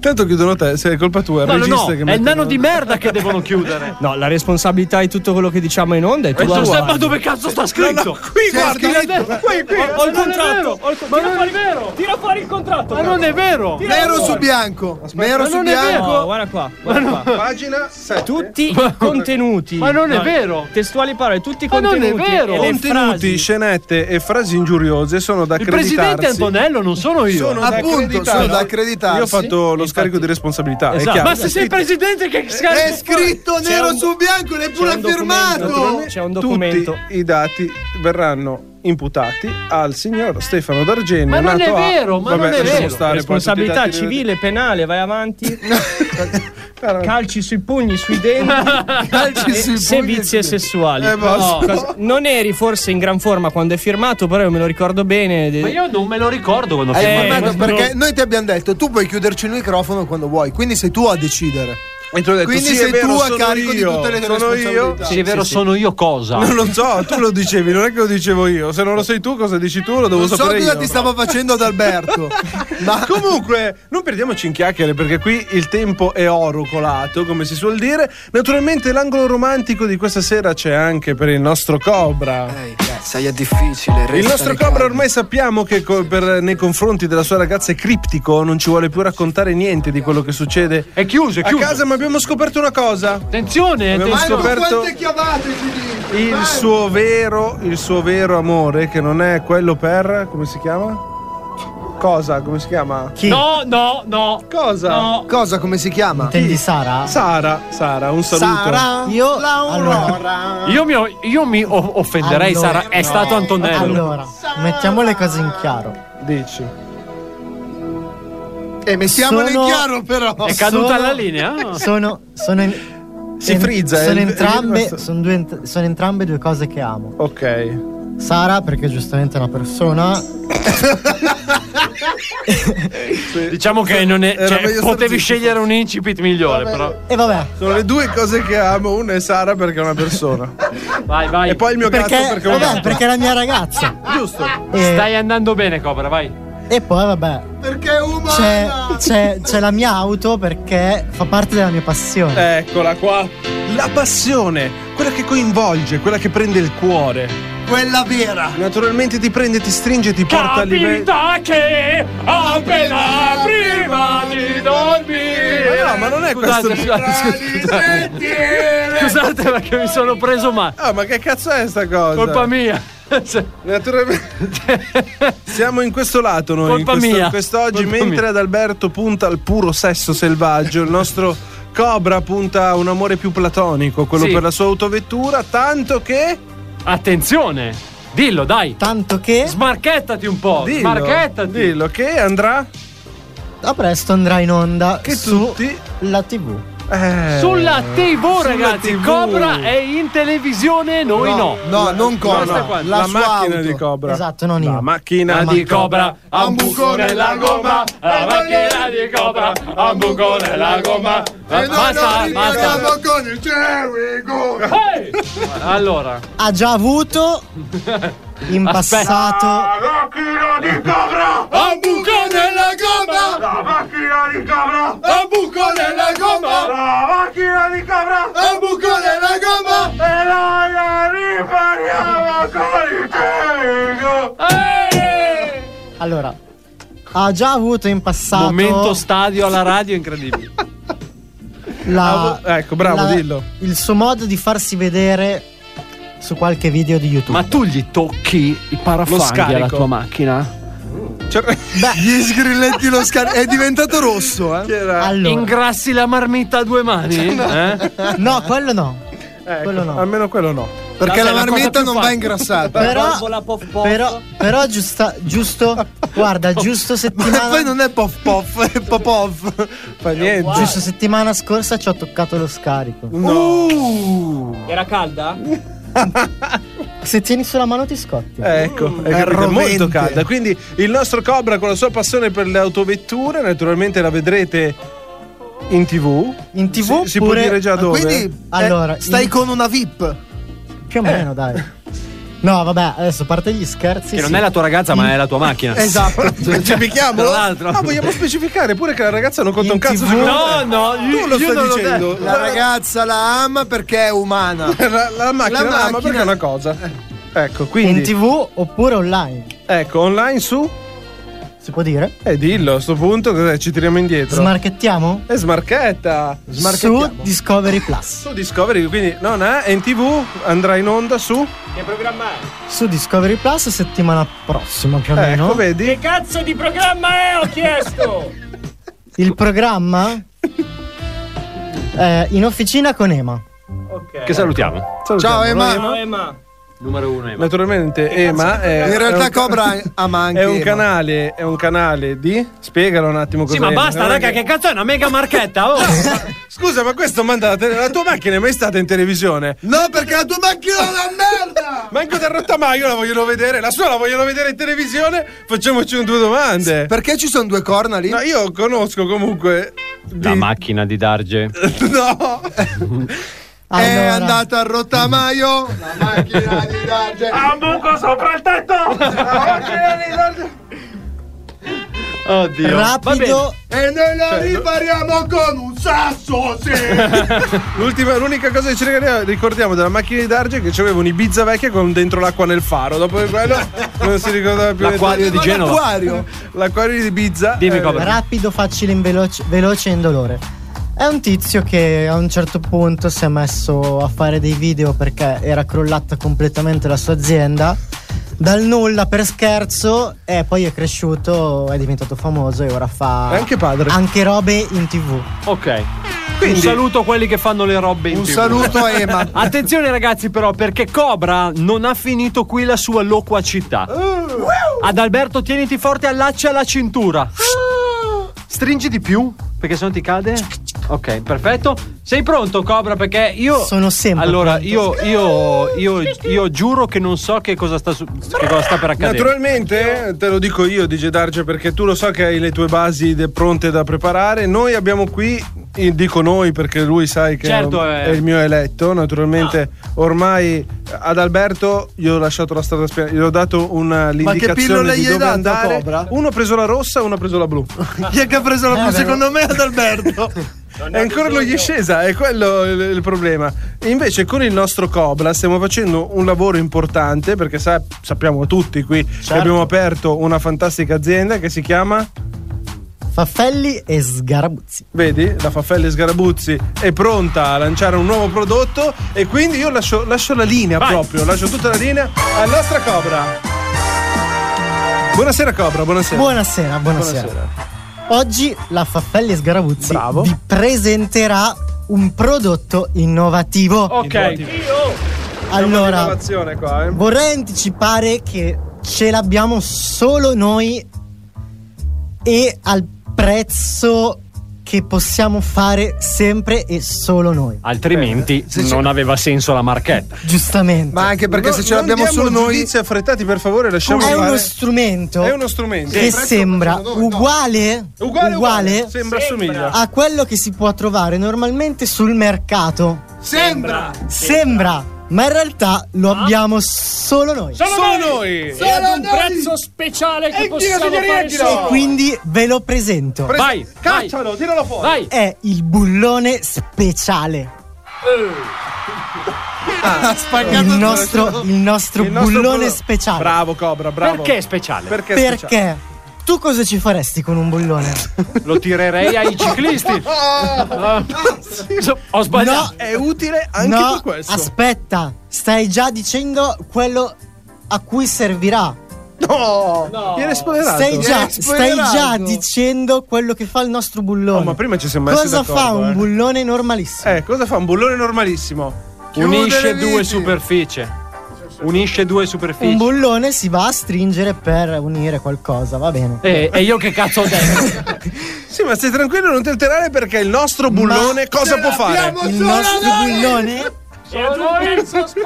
S4: Tanto chiudono te, se è colpa tua, il
S8: No, no,
S4: regista
S8: no,
S4: che
S8: è
S4: mette-
S8: il nano di merda che devono chiudere.
S7: No, la responsabilità di tutto quello che diciamo in onda è
S8: E
S7: tua.
S8: tu sai, ma dove cazzo sta scritto?
S1: Cioè,
S4: Qui guarda, qui, qui.
S8: Ho il contratto, ma non è vero. Tira fuori il contratto. Ma non è vero.
S1: Nero su bianco. Nero
S8: ma
S1: su
S8: non è
S1: bianco.
S7: No, guarda qua.
S4: Guarda qua, Pagina 7.
S5: Tutti i contenuti.
S4: Ma non è vero.
S5: Testuali parole, tutti i
S4: Ma non
S5: contenuti.
S4: è vero.
S5: e le
S4: Contenuti,
S5: frasi.
S4: scenette e frasi ingiuriose sono da
S5: Il
S4: accreditarsi.
S5: presidente Antonello,
S8: non sono io.
S4: Sono
S8: Appunto,
S4: da accreditarsi.
S8: sono da accreditarsi.
S4: Io ho fatto lo scarico di responsabilità. è
S8: Esatto.
S4: chiaro.
S8: Ma se sei presidente che scarico
S24: È scritto
S8: C'è
S24: nero
S8: un-
S24: su bianco, neppure
S8: c'è un documento,
S24: firmato.
S8: naturalmente.
S4: C'è un documento. Tutti i dati verranno imputati al signor Stefano D'Argenio.
S5: Ma non è
S4: nato a-
S5: vero, ma
S4: Vabbè,
S5: non è
S4: lasciamo stare,
S5: vero.
S4: poi tutti i
S5: Responsabilità
S4: dati-
S5: civile, penale, vai avanti. Calci sui pugni, sui denti,
S4: Calci sui pugni
S5: e
S4: e sui
S5: sevizie
S4: denti.
S5: sessuali.
S4: Eh,
S8: basta.
S5: Cosa- Non eri forse in gran forma quando è firmato, però io me lo ricordo bene. Eh,
S8: Ma io non me lo ricordo quando
S24: Hai
S8: firmato.
S24: firmato
S8: Eh,
S24: perché
S8: no.
S24: noi ti abbiamo detto tu puoi chiuderci il microfono quando vuoi, quindi sei tu a decidere. quindi sei tu a carico di tutte le tue responsabilità.
S8: Sì, è vero, sono io cosa?
S4: Non lo so, tu lo dicevi, non è che lo dicevo io. Se non lo sei tu, cosa dici tu? Lo devo
S24: Non so
S4: sapere
S24: cosa
S4: io.
S24: ti stava facendo ad Alberto.
S4: Ma comunque, non perdiamoci in chiacchiere perché qui il tempo è oro colato, come si suol dire. Naturalmente, l'angolo romantico di questa sera c'è anche per il nostro Cobra.
S25: Sai, è difficile.
S4: Il
S25: resta
S4: nostro
S25: nei
S4: Cobra ormai sappiamo che co- per- nei confronti della sua ragazza è criptico, non ci vuole più raccontare niente di quello che succede. È chiuso,
S8: è chiuso.
S4: A casa, ma abbiamo scoperto una cosa.
S8: Attenzione,
S4: abbiamo
S8: attenzione.
S4: scoperto
S24: Quante chiavate ci dici?
S4: il suo vero, il suo vero amore, che non è quello per. come si chiama? Cosa? Come si chiama?
S8: No, no, no.
S4: Cosa?
S8: No.
S24: Cosa come si chiama?
S7: Intendi Sara?
S4: Sara, Sara, un saluto.
S7: Sara? Io-
S8: Io mi, ho- io mi o- offenderei,
S7: Allora-
S8: Sara. È stato Antonello.
S7: Allora, mettiamo le cose in chiaro.
S4: Dici. Eh,
S24: E mettiamolo
S7: Sono-
S24: in chiaro però.
S8: È caduta la linea? Ah.
S7: Sono. sono in-
S4: Si
S7: en-
S4: frizza,
S7: Sono
S4: è il-
S7: entrambe,
S4: il-
S7: sono, due ent- sono entrambe due cose che amo.
S4: Ok.
S7: Sara, perché giustamente è una persona.
S8: Diciamo che non è.
S4: Era
S8: cioè,
S4: meglio starci-
S8: potevi scegliere un incipit migliore, però.
S7: E vabbè.
S4: Sono le due cose che amo, una è Sara perché è una persona.
S8: Vai, vai.
S4: E poi il mio gatto
S7: Perché,
S4: perché è un
S7: vabbè,
S4: gatto.
S7: perché è la mia ragazza.
S4: Giusto.
S8: Eh. Stai andando bene, Cobra, vai.
S7: E poi, vabbè,
S24: Perché è umana.
S7: c'è, c'è- c'è la mia auto perché fa parte della mia passione.
S4: Eccola qua. La passione, quella che coinvolge, quella che prende il cuore.
S24: Quella vera.
S4: Naturalmente ti prende, ti stringe, ti porta a livello.
S8: che appena prima di dormire.
S4: Ma no, ma non è
S8: Scusate,
S4: questo.
S8: scusate, scusate. Scusate perché mi sono preso male.
S4: Ah, ma che cazzo è sta cosa?
S8: Colpa mia.
S4: Naturalmente. Siamo in questo lato noi.
S8: Colpa
S4: in questo-
S8: mia.
S4: Quest'oggi,
S8: Colpa
S4: mentre
S8: mia.
S4: ad Alberto punta al puro sesso selvaggio, il nostro Cobra punta a un amore più platonico, quello
S8: Sì.
S4: per la sua autovettura, tanto che.
S8: Attenzione. Dillo, dai.
S7: Tanto che
S8: Smarchettati un po'.
S4: Dillo,
S8: Smarchettati.
S4: dillo che andrà.
S7: a presto andrà in onda
S4: Che
S7: su
S4: tutti-
S7: la TV.
S4: Eh,
S8: Sulla TV,
S4: sulla
S8: ragazzi.
S4: TV.
S8: Cobra è in televisione, noi no.
S24: No, non Cobra.
S8: Questa è qua.
S24: La,
S4: La
S24: sua
S4: macchina
S24: auto.
S4: di Cobra.
S7: Esatto, non
S4: La
S7: io.
S4: macchina
S7: La
S4: di
S7: macchina.
S4: Cobra.
S24: Ha un buco nella gomma.
S8: La macchina di Cobra, ha un buco nella gomma.
S24: E noi
S8: Basta,
S24: lo
S8: basta.
S24: ripaghiamo con il Jerry Go.
S8: Ehi! Allora,
S7: Ha già avuto in
S8: Aspetta.
S7: passato.
S1: macchina di Cobra!
S8: ha un buco nella gomma.
S1: La macchina di Cobra!
S8: Ha un buco nella gomma.
S1: La macchina di Cobra!
S24: Ha un buco nella gomma.
S1: E noi la ripariamo con il carico!
S7: Allora, ha già avuto in passato.
S8: Momento stadio alla radio incredibile.
S7: la-
S4: Ah, ecco, bravo,
S7: la-
S4: dillo.
S7: Il suo modo di farsi vedere su qualche video di YouTube.
S8: Ma tu gli tocchi i parafanghi alla
S4: scarico.
S8: tua macchina?
S4: Cioè-
S24: Gli sgrilletti lo scarico. È diventato rosso, eh.
S4: Era-
S7: Allora,
S8: Ingrassi la marmitta a due mani? Eh?
S7: no, quello no.
S4: ecco,
S7: quello no.
S4: Almeno quello no.
S24: Perché
S8: Vabbè,
S24: la
S8: la cosa
S24: marmetta
S8: più
S24: non va
S8: facile.
S24: ingrassata.
S7: Però,
S5: Valvola pop pop.
S7: però, però giusta- giusto, guarda, giusto
S24: Ma poi
S7: settimana,
S24: non è poff poff, è pop off.
S4: Fa niente.
S7: giusto settimana scorsa ci ho toccato lo scarico.
S4: No.
S5: Era calda?
S7: Se tieni sulla mano ti scotti.
S4: Ecco, è, capito, è molto
S24: rovente.
S4: calda. Quindi il nostro Cobra con la sua passione per le autovetture, naturalmente la vedrete in tv.
S7: In tv
S4: si, si può
S7: pure,
S4: dire già dove.
S24: Quindi eh,
S7: Allora,
S24: stai
S7: in-
S24: con una VIP.
S7: più o meno dai. No, vabbè, adesso a parte gli scherzi.
S8: Che non
S7: sì.
S8: è la tua ragazza, ma è la tua macchina.
S24: Esatto.
S4: Specifichiamolo?
S8: Tra l'altro.
S4: Ah, vogliamo specificare pure che la ragazza non conta
S7: In
S4: un cazzo
S7: TV?
S4: secondo
S8: No,
S4: te.
S8: no, io-
S4: tu lo
S8: io non
S4: stai
S8: l'ho
S4: dicendo.
S24: La ragazza la ama perché è umana.
S4: la, la macchina
S24: la
S4: la, ama
S24: macchina- Eh.
S4: perché è una cosa. Ecco,
S7: in
S4: quindi
S7: tv oppure online.
S4: ecco, online su
S5: Si può dire?
S4: Eh, dillo, a sto punto cos'è? Ci tiriamo indietro.
S5: Smarchettiamo?
S4: Eh, smarchetta.
S5: Su Discovery Plus.
S4: Su Discovery, quindi non è in tv, andrà in onda su.
S26: Che programma è?
S5: Su Discovery Plus settimana prossima più o
S4: Eh,
S5: meno.
S4: Ecco, vedi?
S26: Che cazzo di programma è? Ho chiesto!
S5: Il programma è In officina con Ema.
S4: Che salutiamo.
S7: Ciao, Emma.
S26: Ciao Emma. Numero uno Emma.
S4: Naturalmente Ema è
S7: In realtà
S4: è un-
S7: Cobra ama anche
S4: è un
S7: Ema.
S4: canale, è un canale di Spiegalo un attimo cos'è.
S8: Sì, ma basta,
S4: Non è
S8: Diciamo raga, che cazzo è una mega marchetta? Oh.
S4: Scusa, ma questo manda la, tele- la tua macchina è mai stata in televisione?
S7: No, perché la tua macchina è una merda!
S4: Manco del rottamaio la vogliono vedere, la sua la vogliono vedere in televisione. Facciamoci un- due domande.
S7: Perché ci sono due corna lì?
S4: Eh. No, io conosco comunque.
S27: La macchina di Darge.
S4: No!
S7: È andata al rottamaio. La macchina di Darge.
S28: Ha un buco sopra il tetto!
S27: Oddio.
S4: Certo.
S5: Rapido.
S7: E noi
S4: Cioè,
S7: la ripariamo con un sasso, sì!
S4: L'ultima, l'unica cosa che ci ricordiamo- ricordiamo della macchina di Darge è che c'aveva un'Ibiza vecchia con dentro l'acqua nel faro. Dopo di quello non si ricordava più
S27: L'acquario
S4: niente.
S27: di Genova.
S7: L'acquario.
S4: L'acquario di Ibiza. eh,
S27: Dimmi, Cobra.
S5: Rapido, facile, in veloce, veloce e indolore. È un tizio che a un certo punto si è messo a fare dei video perché era crollata completamente la sua azienda. Dal nulla per scherzo e poi è cresciuto, è diventato famoso e ora fa
S4: È anche padre.
S5: anche robe in tv.
S8: Ok.
S4: Quindi-
S8: un saluto a quelli che fanno le robe in
S7: Un
S8: TV.
S7: saluto a Ema.
S8: Attenzione ragazzi però perché Cobra non ha finito qui la sua loquacità.
S4: Oh.
S8: Adalberto tieniti forte, allaccia la cintura.
S4: Ah.
S8: Stringi di più perché se no ti cade. Ok, perfetto. Sei pronto Cobra perché io
S5: Sono sempre
S8: Allora,
S5: pronto.
S8: io, io io io giuro che non so che cosa sta su- che cosa sta per accadere.
S4: Naturalmente, te lo dico io, DJ Darge, perché tu lo so che hai le tue basi de- pronte da preparare. Noi abbiamo qui, eh, dico noi perché lui sai che
S8: Certo, eh. Ah.
S4: è il mio eletto. Naturalmente, ormai ad Alberto gli ho lasciato la strada spiana, gli ho dato una, l'indicazione
S7: pillole
S4: di
S7: gli hai
S4: dove
S7: dato,
S4: andare.
S7: Cobra?
S4: Uno ha preso la rossa, uno ha preso la blu.
S7: Chi è che ha preso la
S5: Eh,
S7: blu?
S5: beh,
S7: Secondo me ad Alberto.
S4: E ancora non gli è scesa, è quello il, il problema. E invece con il nostro Cobra stiamo facendo un lavoro importante perché sa- sappiamo tutti qui
S8: Certo.
S4: che abbiamo aperto una fantastica azienda che si chiama,
S5: Faffelli e Sgarabuzzi.
S4: vedi, la Faffelli Sgarabuzzi è pronta a lanciare un nuovo prodotto e quindi io lascio, lascio la linea
S8: Vai.
S4: proprio, lascio tutta la linea alla nostra Cobra. Buonasera Cobra, buonasera.
S5: Buonasera, buonasera. Oggi la Faffelli e Sgarabuzzi
S4: Bravo.
S5: vi presenterà un prodotto innovativo.
S4: Ok.
S5: Allora,
S4: Innovazione qua, eh.
S5: vorrei anticipare che ce l'abbiamo solo noi e al prezzo che possiamo fare sempre e solo noi.
S8: Altrimenti non aveva senso la marchetta.
S5: Giustamente.
S7: Ma anche perché
S4: No,
S7: se ce
S4: non
S7: l'abbiamo
S4: diamo
S7: solo noi.
S4: giudizi affrettati per favore, lasciamo
S5: è
S4: fare.
S5: uno strumento
S4: È uno strumento.
S5: che sembra uguale,
S4: Uguale, uguale.
S5: uguale
S4: Sembra, assomiglia.
S5: a quello che si può trovare normalmente sul mercato.
S7: Sembra!
S5: Sembra, ma in realtà lo abbiamo solo noi.
S4: Solo noi!
S7: Solo
S26: ad un
S7: noi!
S26: prezzo speciale che
S4: Eh,
S7: Eddilo,
S26: possiamo
S7: signori,
S26: fare
S7: eddilo!
S26: solo.
S5: Quindi ve lo presento.
S8: Vai,
S4: Caccialo, tiralo fuori!
S26: Vai!
S5: È il bullone speciale.
S7: Ha spaccato
S5: Il nostro, il nostro
S4: Il nostro
S5: bullone
S4: bullone-
S5: speciale.
S4: Bravo Cobra, bravo.
S8: Perché è speciale?
S4: Perché? speciale?
S5: Perché? Tu cosa ci faresti con un bullone?
S8: Lo tirerei ai ciclisti. Ah, Ho sbagliato.
S5: No,
S4: È utile anche
S5: no,
S4: per questo.
S5: aspetta, stai già dicendo quello a cui servirà.
S4: no! Viene spoilerato.
S5: Stai già,
S7: Hai
S5: stai
S7: spoilerato.
S5: già dicendo quello che fa il nostro bullone.
S4: No, Oh, ma prima ci siamo messi
S5: cosa fa
S4: d'accordo,
S5: un
S4: eh.
S5: bullone normalissimo?
S4: Eh, cosa fa un bullone normalissimo?
S7: Chiude
S8: Unisce
S7: le
S8: due
S7: viti.
S8: superfici. Unisce due
S5: Un
S8: superfici.
S5: bullone si va a stringere per unire qualcosa, va bene.
S8: Eh, e, e io che cazzo ho detto?
S4: Sì, ma stai tranquillo, non ti alterare perché il nostro bullone cosa può fare?
S5: Il nostro bullone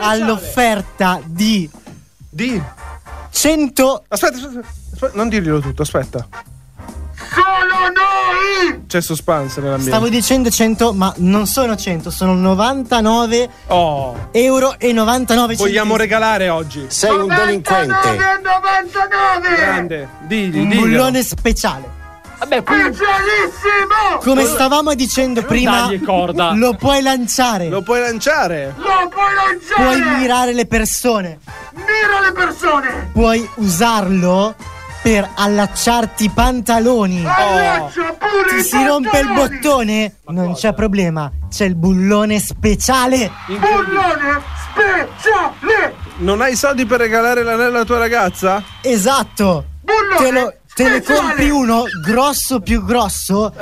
S5: ha l'offerta di
S4: Di
S5: 100
S4: Aspetta, aspetta, aspetta, non dirglielo tutto, aspetta.
S29: Solo noi!
S4: C'è suspense nell'ambiente.
S5: Stavo dicendo 100, ma non sono 100, sono 99
S4: Oh,
S5: euro e 99
S4: vogliamo
S5: centesimi.
S4: regalare oggi.
S29: Sei un delinquente! 99!
S4: Grande, digli,
S5: un
S4: digli.
S5: bullone speciale.
S8: Vabbè, qui
S29: Specialissimo!
S5: Come stavamo dicendo prima,
S8: dagli corda.
S5: lo puoi lanciare,
S4: Lo puoi lanciare.
S29: Lo puoi lanciare!
S5: puoi mirare le persone,
S29: Mira le persone!
S5: puoi usarlo per allacciarti i pantaloni. Ti si rompe il bottone? Non c'è problema, c'è il bullone speciale.
S7: Bullone speciale!
S4: Non hai soldi per regalare l'anello alla tua ragazza?
S5: Esatto. Te, lo-
S7: Eh,
S5: te ne compri uno grosso più grosso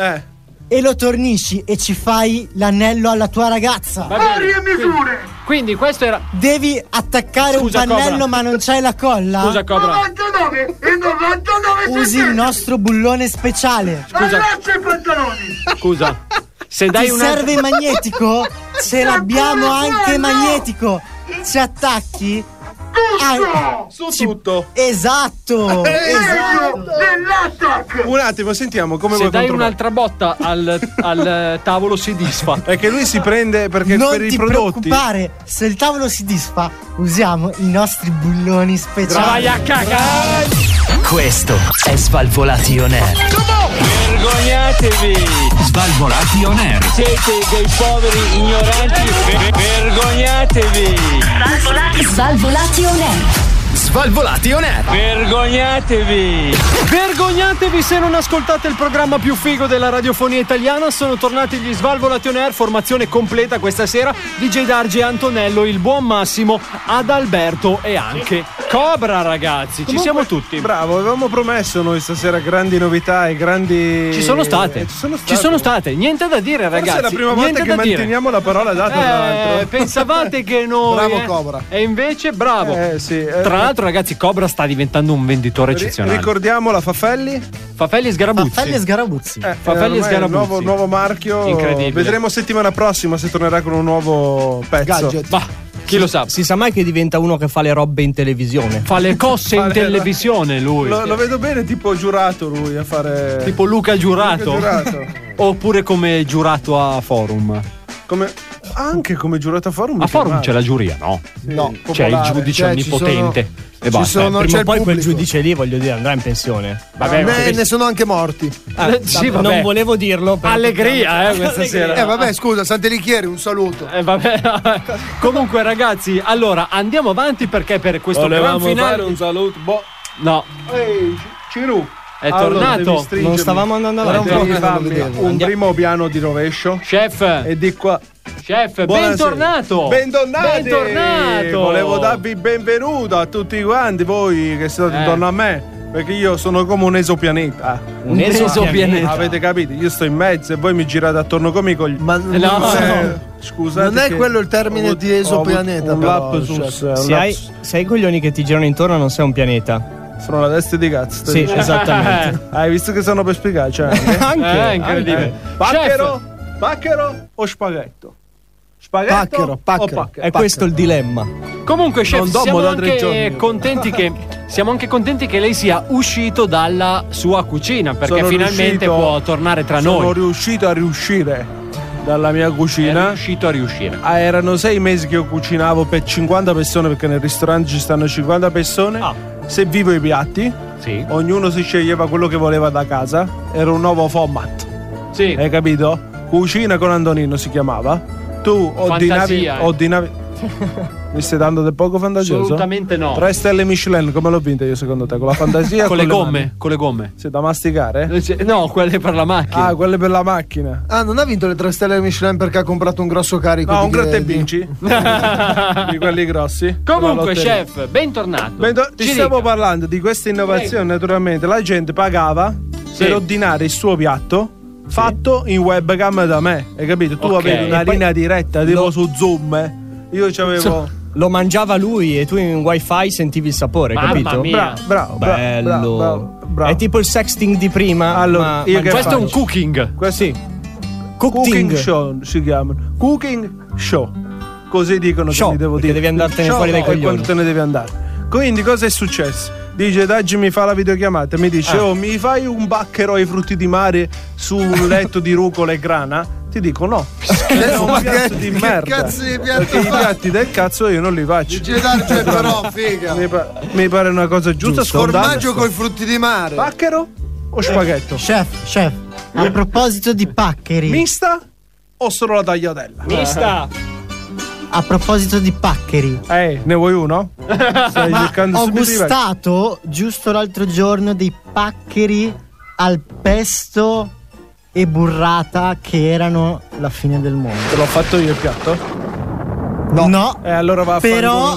S5: e lo tornisci e ci fai l'anello alla tua ragazza.
S7: Va bene, Varie misure.
S5: Quindi questo era.
S7: Ah.
S5: Devi attaccare
S7: Scusa,
S5: un pannello,
S7: Cobra.
S5: ma non c'hai la colla.
S7: 99 e 99
S5: Usi il nostro bullone speciale.
S7: Allaccia i pantaloni!
S8: Scusa. Se dai
S5: Ti
S8: un
S5: serve il magnetico? Ce l'abbiamo anche magnetico. Ci attacchi? Tutto!
S4: Su tutto! Eh,
S5: Esatto!
S7: Eh,
S8: Eh,
S5: esatto.
S4: Un attimo, sentiamo come
S8: Se
S4: vuoi
S8: dai
S4: contro-
S8: un'altra botta al, al, eh, tavolo si disfa.
S4: È che lui si prende perché
S5: non
S4: per i
S5: ti
S4: prodotti.
S5: preoccupare, se il tavolo si disfa, usiamo i nostri bulloni speciali.
S30: Questo è Svalvolati on air.
S31: Vergognatevi!
S30: Svalvolati on air.
S31: Siete dei poveri ignoranti! vergognatevi!
S14: Svalvolati on air.
S30: Svalvolati on air.
S8: Vergognatevi! Vergognatevi se non ascoltate il programma più figo della radiofonia italiana. Sono tornati gli Svalvolati on Air, formazione completa questa sera. DJ Darge Antonello, il buon Massimo, Adalberto e anche Cobra, ragazzi. Ci
S4: Comunque,
S8: siamo tutti.
S4: Bravo, avevamo promesso noi stasera grandi novità e grandi.
S8: Ci sono state.
S4: Eh, ci sono state.
S8: Ci sono state. Niente da dire,
S4: Forse
S8: ragazzi.
S4: è la prima volta
S8: Niente
S4: che
S8: da dire.
S4: manteniamo la parola data, tra
S8: Eh,
S4: l'altro.
S8: pensavate che noi.
S4: Bravo,
S8: eh,
S4: Cobra.
S8: E invece, bravo.
S4: Eh, sì, eh,
S8: Tra l'altro, ragazzi, Cobra sta diventando un venditore
S4: Ri-
S8: eccezionale.
S4: ricordiamo la Fafelli.
S8: Fafelli e Sgarabuzzi.
S5: Fagli sgarabuzzi.
S4: Eh, ormai
S8: Fafelli e
S4: è il
S8: Sgarabuzzi.
S4: Nuovo, nuovo marchio.
S8: Incredibile.
S4: Vedremo settimana prossima se tornerà con un nuovo pezzo.
S32: Gadget.
S4: Bah,
S8: chi lo sa?
S32: Si sa mai che diventa uno che fa le robe in televisione.
S8: Fa le cosse in televisione lui.
S4: Lo, lo vedo bene, tipo giurato lui a fare.
S8: Tipo Luca Giurato.
S4: Luca Giurato.
S8: Oppure come giurato a forum.
S4: Come- anche come giurato a forum.
S8: A forum c'è la giuria, no?
S4: No,
S8: C'è il
S4: popolare.
S8: giudice
S4: Cioè, ci
S8: onnipotente.
S4: sono-
S8: e basta.
S33: sono-
S32: Prima
S33: c'è
S32: o
S33: il
S32: poi quel
S33: pubblico.
S32: giudice lì, voglio dire, andrà in pensione.
S33: Vabbè, ne, ne sono anche morti.
S32: Ah, Eh, sì, vabbè. non volevo dirlo. però-
S8: Allegria, eh, questa
S33: Allegria.
S8: sera.
S33: Eh, vabbè, scusa, Sant'Elichieri, un saluto.
S8: Eh, vabbè. Comunque, ragazzi, allora andiamo avanti perché per questo
S4: Volevamo
S8: gran finale.
S4: fare un saluto. Boh.
S8: No,
S4: Ehi, Ciru.
S8: È tornato. Non stavamo andando
S4: Ora
S8: avanti.
S4: Un, po'
S8: Devi
S4: che
S8: farlo
S4: fammi
S8: vedere.
S4: un
S8: Andiamo.
S4: primo piano di rovescio.
S8: Chef.
S4: E di qua.
S8: Chef,
S4: Buonasera.
S8: bentornato!
S4: Bentornati.
S8: Bentornato!
S4: Volevo darvi il benvenuto a tutti quanti voi che siete
S8: Eh.
S4: intorno a me. Perché io sono come un esopianeta.
S8: Un Un esopianeta. esopianeta.
S4: Avete capito? Io sto in mezzo e voi mi girate attorno come i coglioni. Ma
S33: no. No.
S4: Scusate.
S33: Non è
S4: che
S33: quello il termine
S4: ho avuto-
S33: di esopianeta,
S4: ho avuto
S33: però,
S4: Un lapsus.
S33: cioè.
S4: un
S32: Se hai,
S4: lapsus.
S32: se hai i coglioni che ti girano intorno, non sei un pianeta.
S4: Sono la testa di cazzo. stai
S32: Sì,
S8: Eh,
S32: esatto.
S4: dicendo.
S32: esattamente.
S4: Hai visto che sono per spiegare? Cioè, anche.
S32: Anche,
S4: Eh,
S32: incredibile.
S4: anche. Pacchero, pacchero o spaghetto? Spaghetto o pacchero?
S32: È questo il dilemma.
S8: Comunque, chef,
S32: Non dopo,
S8: siamo
S32: da tre
S8: anche,
S32: giorni.
S8: contenti che, siamo anche contenti che lei sia uscito dalla sua cucina perché
S4: Sono
S8: finalmente
S4: riuscito-
S8: può tornare tra
S4: sono
S8: noi.
S4: riuscito a riuscire dalla mia cucina.
S8: È riuscito a riuscire.
S4: Ah, erano sei mesi che io cucinavo per 50 persone perché nel ristorante ci stanno 50 persone.
S32: Ah.
S4: Servivo i piatti. Ognuno si sceglieva quello che voleva da casa. Era un nuovo format.
S8: Sì.
S4: Hai capito? Cucina con Antonino si chiamava. Tu ordinavi.
S8: Fantasia, eh.
S4: ordinavi... Mi stai dando del poco fantasioso?
S8: Assolutamente no.
S4: Tre stelle Michelin, come l'ho vinta io secondo te? Con la fantasia?
S8: con le gomme,
S4: mani?
S8: con le gomme.
S4: Sì, da masticare?
S8: No, quelle per la macchina.
S4: Ah, quelle per la macchina.
S33: Ah, non ha vinto le tre stelle Michelin perché ha comprato un grosso carico.
S4: No,
S33: di
S4: un gratta e
S33: di-
S4: vinci. di Ah, quelli grossi.
S8: Comunque,
S4: Della lotteria.
S8: chef, bentornato.
S4: Bento- ti
S8: Ci
S4: stiamo
S8: dica.
S4: parlando di questa innovazione,
S8: Prego.
S4: naturalmente. La gente pagava
S8: Sì.
S4: per ordinare il suo piatto. Fatto in webcam da me, hai capito? Tu
S32: Ok.
S4: avevi una
S32: E poi-
S4: linea diretta, tipo
S32: Lo-
S4: su Zoom. eh. Io ci avevo.
S32: Lo mangiava lui e tu in wifi sentivi il sapore,
S4: Mamma
S32: capito?
S4: mia. Bra- bravo, bravo,
S32: Bello.
S4: bravo, bravo, bravo.
S32: È tipo il sexting di prima. ma-
S4: io
S32: ma-
S4: che
S32: questo è un
S4: faccio?
S32: cookie.
S4: Questo sì.
S32: Cooking.
S4: show si chiamano. Cooking show. Così dicono
S32: Show,
S4: che mi devo
S32: perché
S4: dire.
S32: devi andartene fuori dai
S4: e
S32: coglioni.
S4: quando te ne devi andare. Quindi cosa è successo? Dice Daggi mi fa la videochiamata, mi dice
S32: Ah.
S4: "Oh, mi fai un bacchero ai frutti di mare su un letto di rucola e grana?" Ti dico no. È un piatto di
S33: che
S4: merda.
S33: cazzo di piatto
S4: Perché i
S33: fai?
S4: piatti del cazzo io non li faccio.
S33: Dice Darge, però, figa.
S4: Mi, pa- mi pare una cosa giusta,
S33: Formaggio
S4: scordata.
S33: coi frutti di mare.
S4: Bacchero o spaghetto?
S5: Chef, chef, a proposito di paccheri.
S4: Mista o solo la tagliatella?
S32: Mista.
S5: A proposito di paccheri.
S4: Eh, ne vuoi uno? Stai
S33: Ah,
S5: Ma
S4: cercando
S5: ho
S4: subito di-
S5: gustato giusto l'altro giorno dei paccheri al pesto e burrata che erano la fine del mondo.
S4: Te l'ho fatto io il piatto?
S5: No.
S4: Eh, allora va a
S5: Però-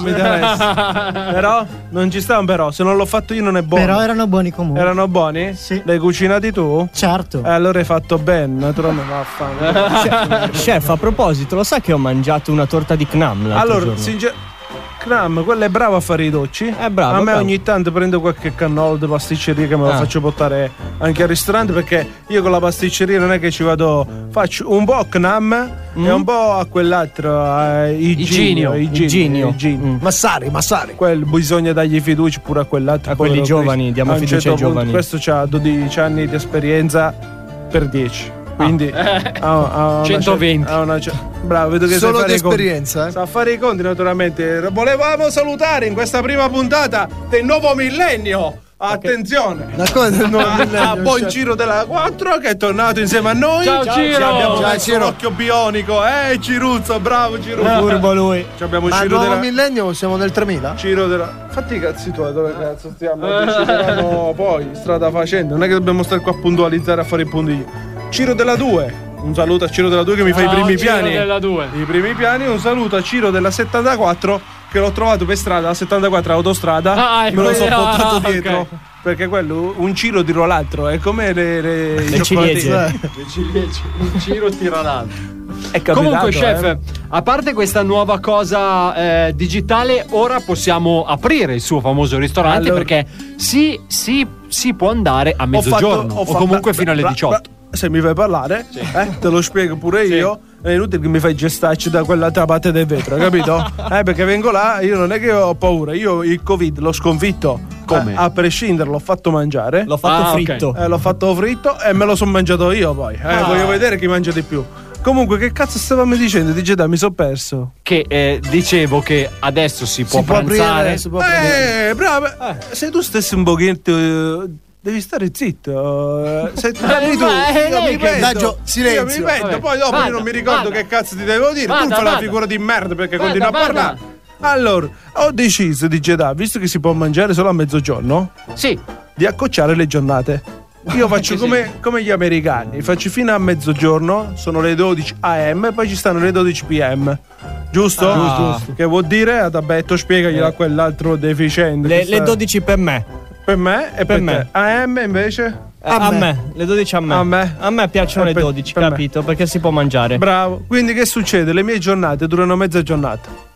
S4: fanculo, non mi interessa. però non ci sta un però. Se non l'ho fatto io non è buono.
S5: Però erano buoni comunque.
S4: Erano buoni? Sì. L'hai cucinati tu?
S5: Certo.
S4: Eh, allora hai fatto bene, naturalmente. Vaffanculo.
S34: Chef, a proposito, lo sa che ho mangiato una torta di Knam l'altro
S4: allora,
S34: giorno? Ah,
S4: sincer- Cram, quello è bravo a fare i docci. È
S32: Eh,
S34: bravo,
S4: A me
S34: bravo.
S4: ogni tanto prendo qualche cannolo di pasticceria che me lo
S34: Ah.
S4: faccio portare anche al ristorante perché io con la pasticceria non è che ci vado. Faccio un po' a Cram
S34: Mm?
S4: e un po' a quell'altro. A Iginio.
S8: Iginio. Iginio.
S34: Mm.
S32: Mm.
S4: Massari, Massari. Quel bisogna dargli fiducia pure a quell'altro.
S34: A quelli
S4: povero
S34: giovani,
S4: Cristo.
S34: diamo
S4: A un
S34: fiducia ai
S4: certo punto,
S34: giovani.
S4: Questo ha 12 anni di esperienza per 10. Quindi
S8: Eh.
S34: Ah.
S4: ha- ha una cer-
S8: 120.
S4: ha una cer- bravo, vedo che
S35: Solo
S4: sai fare
S35: di
S4: i conti.
S35: esperienza, eh.
S4: Sa fare i conti, naturalmente. Volevamo salutare in questa prima puntata del nuovo millennio. Attenzione!
S35: La cosa del nuovo
S4: A-
S35: millennio,
S4: A buon
S35: cioè.
S4: giro della 4 che è tornato insieme a noi.
S8: Ciao, Ciro.
S4: Ci abbiamo
S35: Ciao,
S4: messo
S35: Ciro.
S4: l'occhio bionico. Eh, Ciruzzo, bravo Ciruzzo.
S34: Furbo lui.
S4: Ci abbiamo
S35: Ma
S4: Ciro
S35: nuovo
S4: della...
S35: millennio siamo nel 3000?
S4: Ciro della... Fatti i cazzi tuoi, dove cazzo stiamo? Decideranno poi, strada facendo. Non è che dobbiamo stare qua a puntualizzare a fare i punti. Ciro della 2. Un saluto a Ciro della 2 che mi fa i
S8: Ciao,
S4: primi
S8: Ciro
S4: piani.
S8: della due.
S4: I primi piani, un saluto a Ciro della 74 che l'ho trovato per strada, la 74 autostrada.
S8: Ah, è
S4: me lo sono
S8: quello-
S4: portato
S8: ah,
S4: dietro.
S8: ok.
S4: Perché quello, un Ciro tiro l'altro, è come le, le, i cioccolatini.
S34: ciliegie.
S4: Eh,
S8: Un giro tira l'altro.
S4: è capitato,
S8: Comunque, chef,
S4: eh.
S8: a parte questa nuova cosa eh, digitale, ora possiamo aprire il suo famoso ristorante
S4: Allora-
S8: perché si, si- si può andare
S4: Ho
S8: a
S4: fatto-
S8: mezzogiorno
S4: ho
S8: o
S4: fatto-
S8: comunque fino alle
S4: bra-
S8: 18.
S4: bra- se mi fai parlare, eh, te lo spiego pure io. È inutile che mi fai gestarci da quell'altra parte del vetro, capito? eh, perché vengo là, io non è che ho paura, io il Covid l'ho sconfitto.
S8: Come?
S4: Eh, a prescindere, l'ho fatto mangiare. L'ho
S34: fatto Ah, ok. fritto.
S4: l'ho fatto fritto e me lo sono mangiato io poi. Eh,
S8: Ah.
S4: Voglio vedere chi mangia di più. Comunque, che cazzo stavamo dicendo? Dice, dai, mi sono perso.
S8: Che eh, dicevo che adesso si può pranzare.
S4: Eh, bravo. Se tu stessi un pochetto. eh, Devi stare zitto. eh, Se tu parli tu,
S8: ma è
S4: io
S8: lei
S4: mi
S8: che-
S4: pento.
S35: Daggio, silenzio.
S4: Io mi pento,
S8: Vabbè.
S4: poi dopo
S8: Vada,
S4: io non mi ricordo
S8: vada.
S4: che cazzo ti devo dire. tu
S8: Vada,
S4: fai la
S8: vada.
S4: figura di merda perché
S8: Vada,
S4: continui a
S8: vada.
S4: parlare. Allora, ho deciso di Jeddah, visto che si può mangiare solo a mezzogiorno,
S8: Sì,
S4: di accocciare le giornate. Io faccio come, come gli americani, faccio fino a mezzogiorno, sono le 12 am, poi ci stanno le 12 pm. Giusto?
S34: Ah. Eh.
S4: Che vuol dire? A Dabetto spiegaglielo a quell'altro deficiente.
S34: Le,
S4: che
S34: le
S4: sta-
S34: 12 per me.
S4: per me e per,
S34: me. Eh,
S4: te. AM invece?
S34: A, me. le 12 a me.
S4: A me.
S34: A me piacciono
S4: Eh,
S34: le
S4: per-
S34: 12,
S4: per me.
S34: capito? Perché si può mangiare.
S4: Bravo. Quindi che succede? Le mie giornate durano mezza giornata.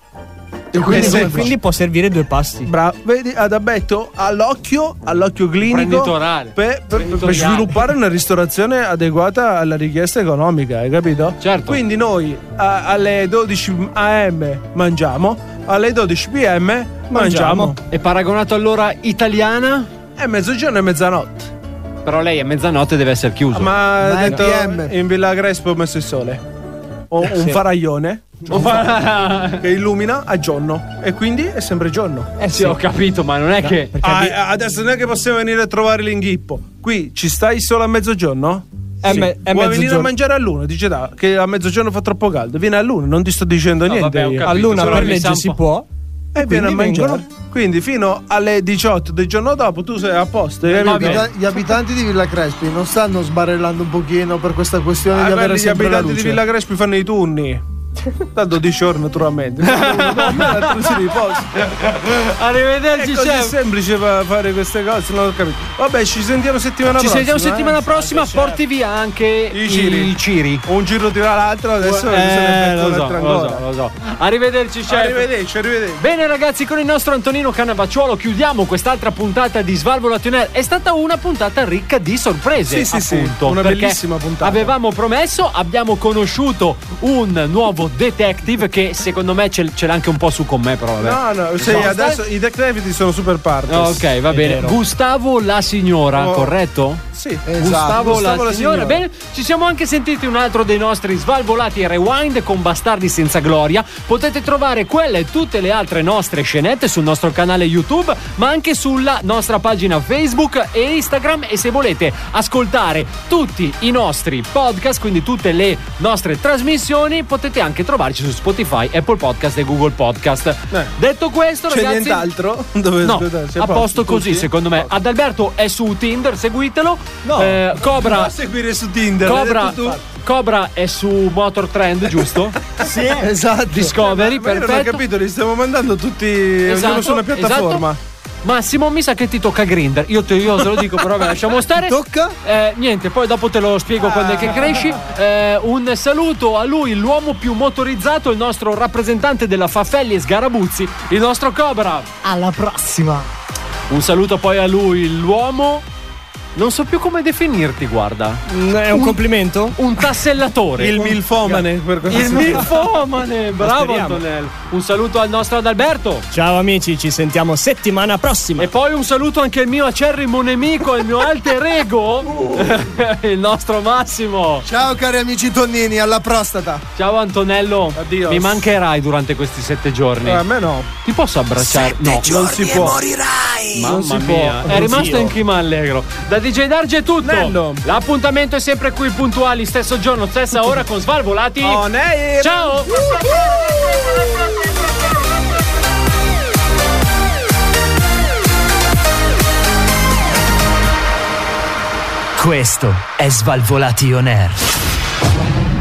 S34: E
S4: quindi
S34: quindi,
S4: come fa?
S34: quindi può servire due pasti.
S4: Bravo, vedi Adabetto all'occhio, all'occhio clinico
S8: Imprenditoriale.
S4: per, per- per
S8: Imprenditoriale.
S4: sviluppare una ristorazione adeguata alla richiesta economica, hai capito?
S8: Certo.
S4: Quindi noi a- alle 12 am mangiamo, alle 12 pm mangiamo.
S8: È paragonato all'ora italiana,
S4: È mezzogiorno e mezzanotte.
S8: però lei a mezzanotte deve essere chiuso.
S4: Ma,
S35: Ma è
S4: detto,
S35: PM.
S4: in Villa Crespo ho messo il sole. Ho un faraglione
S8: Cioè,
S4: che illumina a giorno e quindi è sempre giorno.
S8: Eh sì, ho capito, ma non è che.
S4: Ah, eh, adesso non è che possiamo venire a trovare l'inghippo. Qui ci stai solo a mezzogiorno?
S34: È me- è
S4: Vuoi venire a
S34: mezzogiorno.
S4: mangiare all'una? Dice da, che a mezzogiorno fa troppo caldo. Vieni all'una, non ti sto dicendo niente.
S8: vabbè, ho
S4: io.
S8: capito.
S34: All'una
S8: Solo
S34: per
S8: mi
S34: legge
S8: sa un
S34: si
S8: po'.
S34: può.
S4: E vieni a
S34: quindi
S4: mangiare.
S34: vengono.
S4: Quindi fino alle 18 del giorno dopo tu sei a
S34: Eh,
S4: posto.
S8: Eh,
S4: Eh, hai capito?
S35: Abita- gli abitanti di Villa Crespi non stanno sbarellando un pochino per questa questione
S4: Ah,
S35: di
S4: guardi,
S35: avere
S4: gli
S35: sempre la
S4: abitanti
S35: luce
S4: di Villa Crespi fanno i turni. Da 12 ore naturalmente. A me la truce di
S34: Eh,
S4: posto.
S8: Arrivederci,
S4: È così semplice fa- fare queste cose, non ho capito. Vabbè, ci sentiamo settimana
S8: Ci
S4: prossima.
S8: sentiamo settimana
S4: eh.
S8: prossima.
S4: Chef.
S8: Porti via anche i
S4: ciri.
S8: ciri.
S4: Un giro tira l'altro, adesso se ne
S8: Eh,
S4: becca
S8: lo so,
S4: un'altra
S8: lo
S4: ancora.
S8: so, lo so. Arrivederci,
S7: Cioè,
S8: chef.
S4: Arrivederci, arrivederci.
S8: Bene ragazzi, con il nostro Antonino Cannavacciuolo chiudiamo quest'altra puntata di Svalvola Tunnel. È stata una puntata ricca di sorprese.
S4: Sì, sì, sì,
S8: appunto,
S4: una
S8: perché
S4: bellissima puntata.
S8: Avevamo promesso, abbiamo conosciuto un nuovo detective che secondo me ce, ce l'ha anche un po' su con me, però vabbè.
S4: No, no, sì,
S8: Basta.
S4: adesso i decrepiti sono super party.
S8: Ok, va bene.
S34: vero.
S8: Gustavo la signora,
S4: Oh.
S8: corretto?
S4: Sì,
S8: Esatto.
S7: Esatto.
S8: Gustavo, la, signora. Bene, ci siamo anche sentiti un altro dei nostri svalvolati e rewind con Bastardi senza gloria. Potete trovare quelle e tutte le altre nostre scenette sul nostro canale YouTube, ma anche sulla nostra pagina Facebook e Instagram. E se volete ascoltare tutti i nostri podcast, quindi tutte le nostre trasmissioni, potete anche anche trovarci su Spotify, Apple Podcast e Google Podcast. Detto questo,
S7: C'è
S8: ragazzi.
S7: nient'altro? Dove-
S8: no,
S7: dove- c'è
S8: a
S7: posto,
S8: posto così,
S7: tutti?
S8: secondo me. Adalberto è su Tinder, seguitelo. Eh, Cobra.
S7: Non seguire su Tinder. l'hai
S8: Cobra,
S7: detto tu?
S8: Cobra è su Motor Trend, giusto?
S7: Sì. Esatto.
S8: Discovery,
S7: Ma io non ho
S8: perfetto.
S7: capito, li stiamo mandando tutti ognuno su
S8: esatto.
S7: una piattaforma.
S8: Massimo, mi sa che ti tocca Grinder. Io te, io te lo dico, però vabbè, lasciamo stare. Tocca? niente, poi dopo te lo spiego quando
S7: Ah.
S8: è che cresci. Eh, un saluto a lui, l'uomo più motorizzato, il nostro rappresentante della Fafelli e Sgarabuzzi, il nostro Cobra.
S5: Alla prossima.
S8: Un saluto poi a lui, l'uomo. Non so più come definirti, guarda.
S7: Eh,
S2: È un complimento?
S8: Un tassellatore.
S7: Il milfomane, per cosa
S8: Il
S7: si-
S8: milfomane, bravo
S2: speriamo.
S8: Antonello. Un saluto al nostro Adalberto.
S2: Ciao amici, ci sentiamo settimana prossima.
S8: E poi un saluto anche al mio acerrimo nemico, il mio alter ego,
S2: Uh.
S8: il nostro Massimo.
S4: Ciao cari amici tonnini, alla prostata.
S8: Ciao Antonello. Addio. Mi mancherai durante questi sette giorni.
S7: Eh, a me no.
S8: Ti posso abbracciare? no, non si può. Mamma
S7: Non si può.
S8: mia, è rimasto
S7: Oddio.
S8: in clima allegro. Da DJ Darge è tutto. L'appuntamento è sempre qui puntuali, stesso giorno, stessa ora con Svalvolati.
S2: Oh,
S7: On air.
S8: Ciao.
S2: Uh-huh.
S34: Ah,
S9: Questo è Svalvolation Air.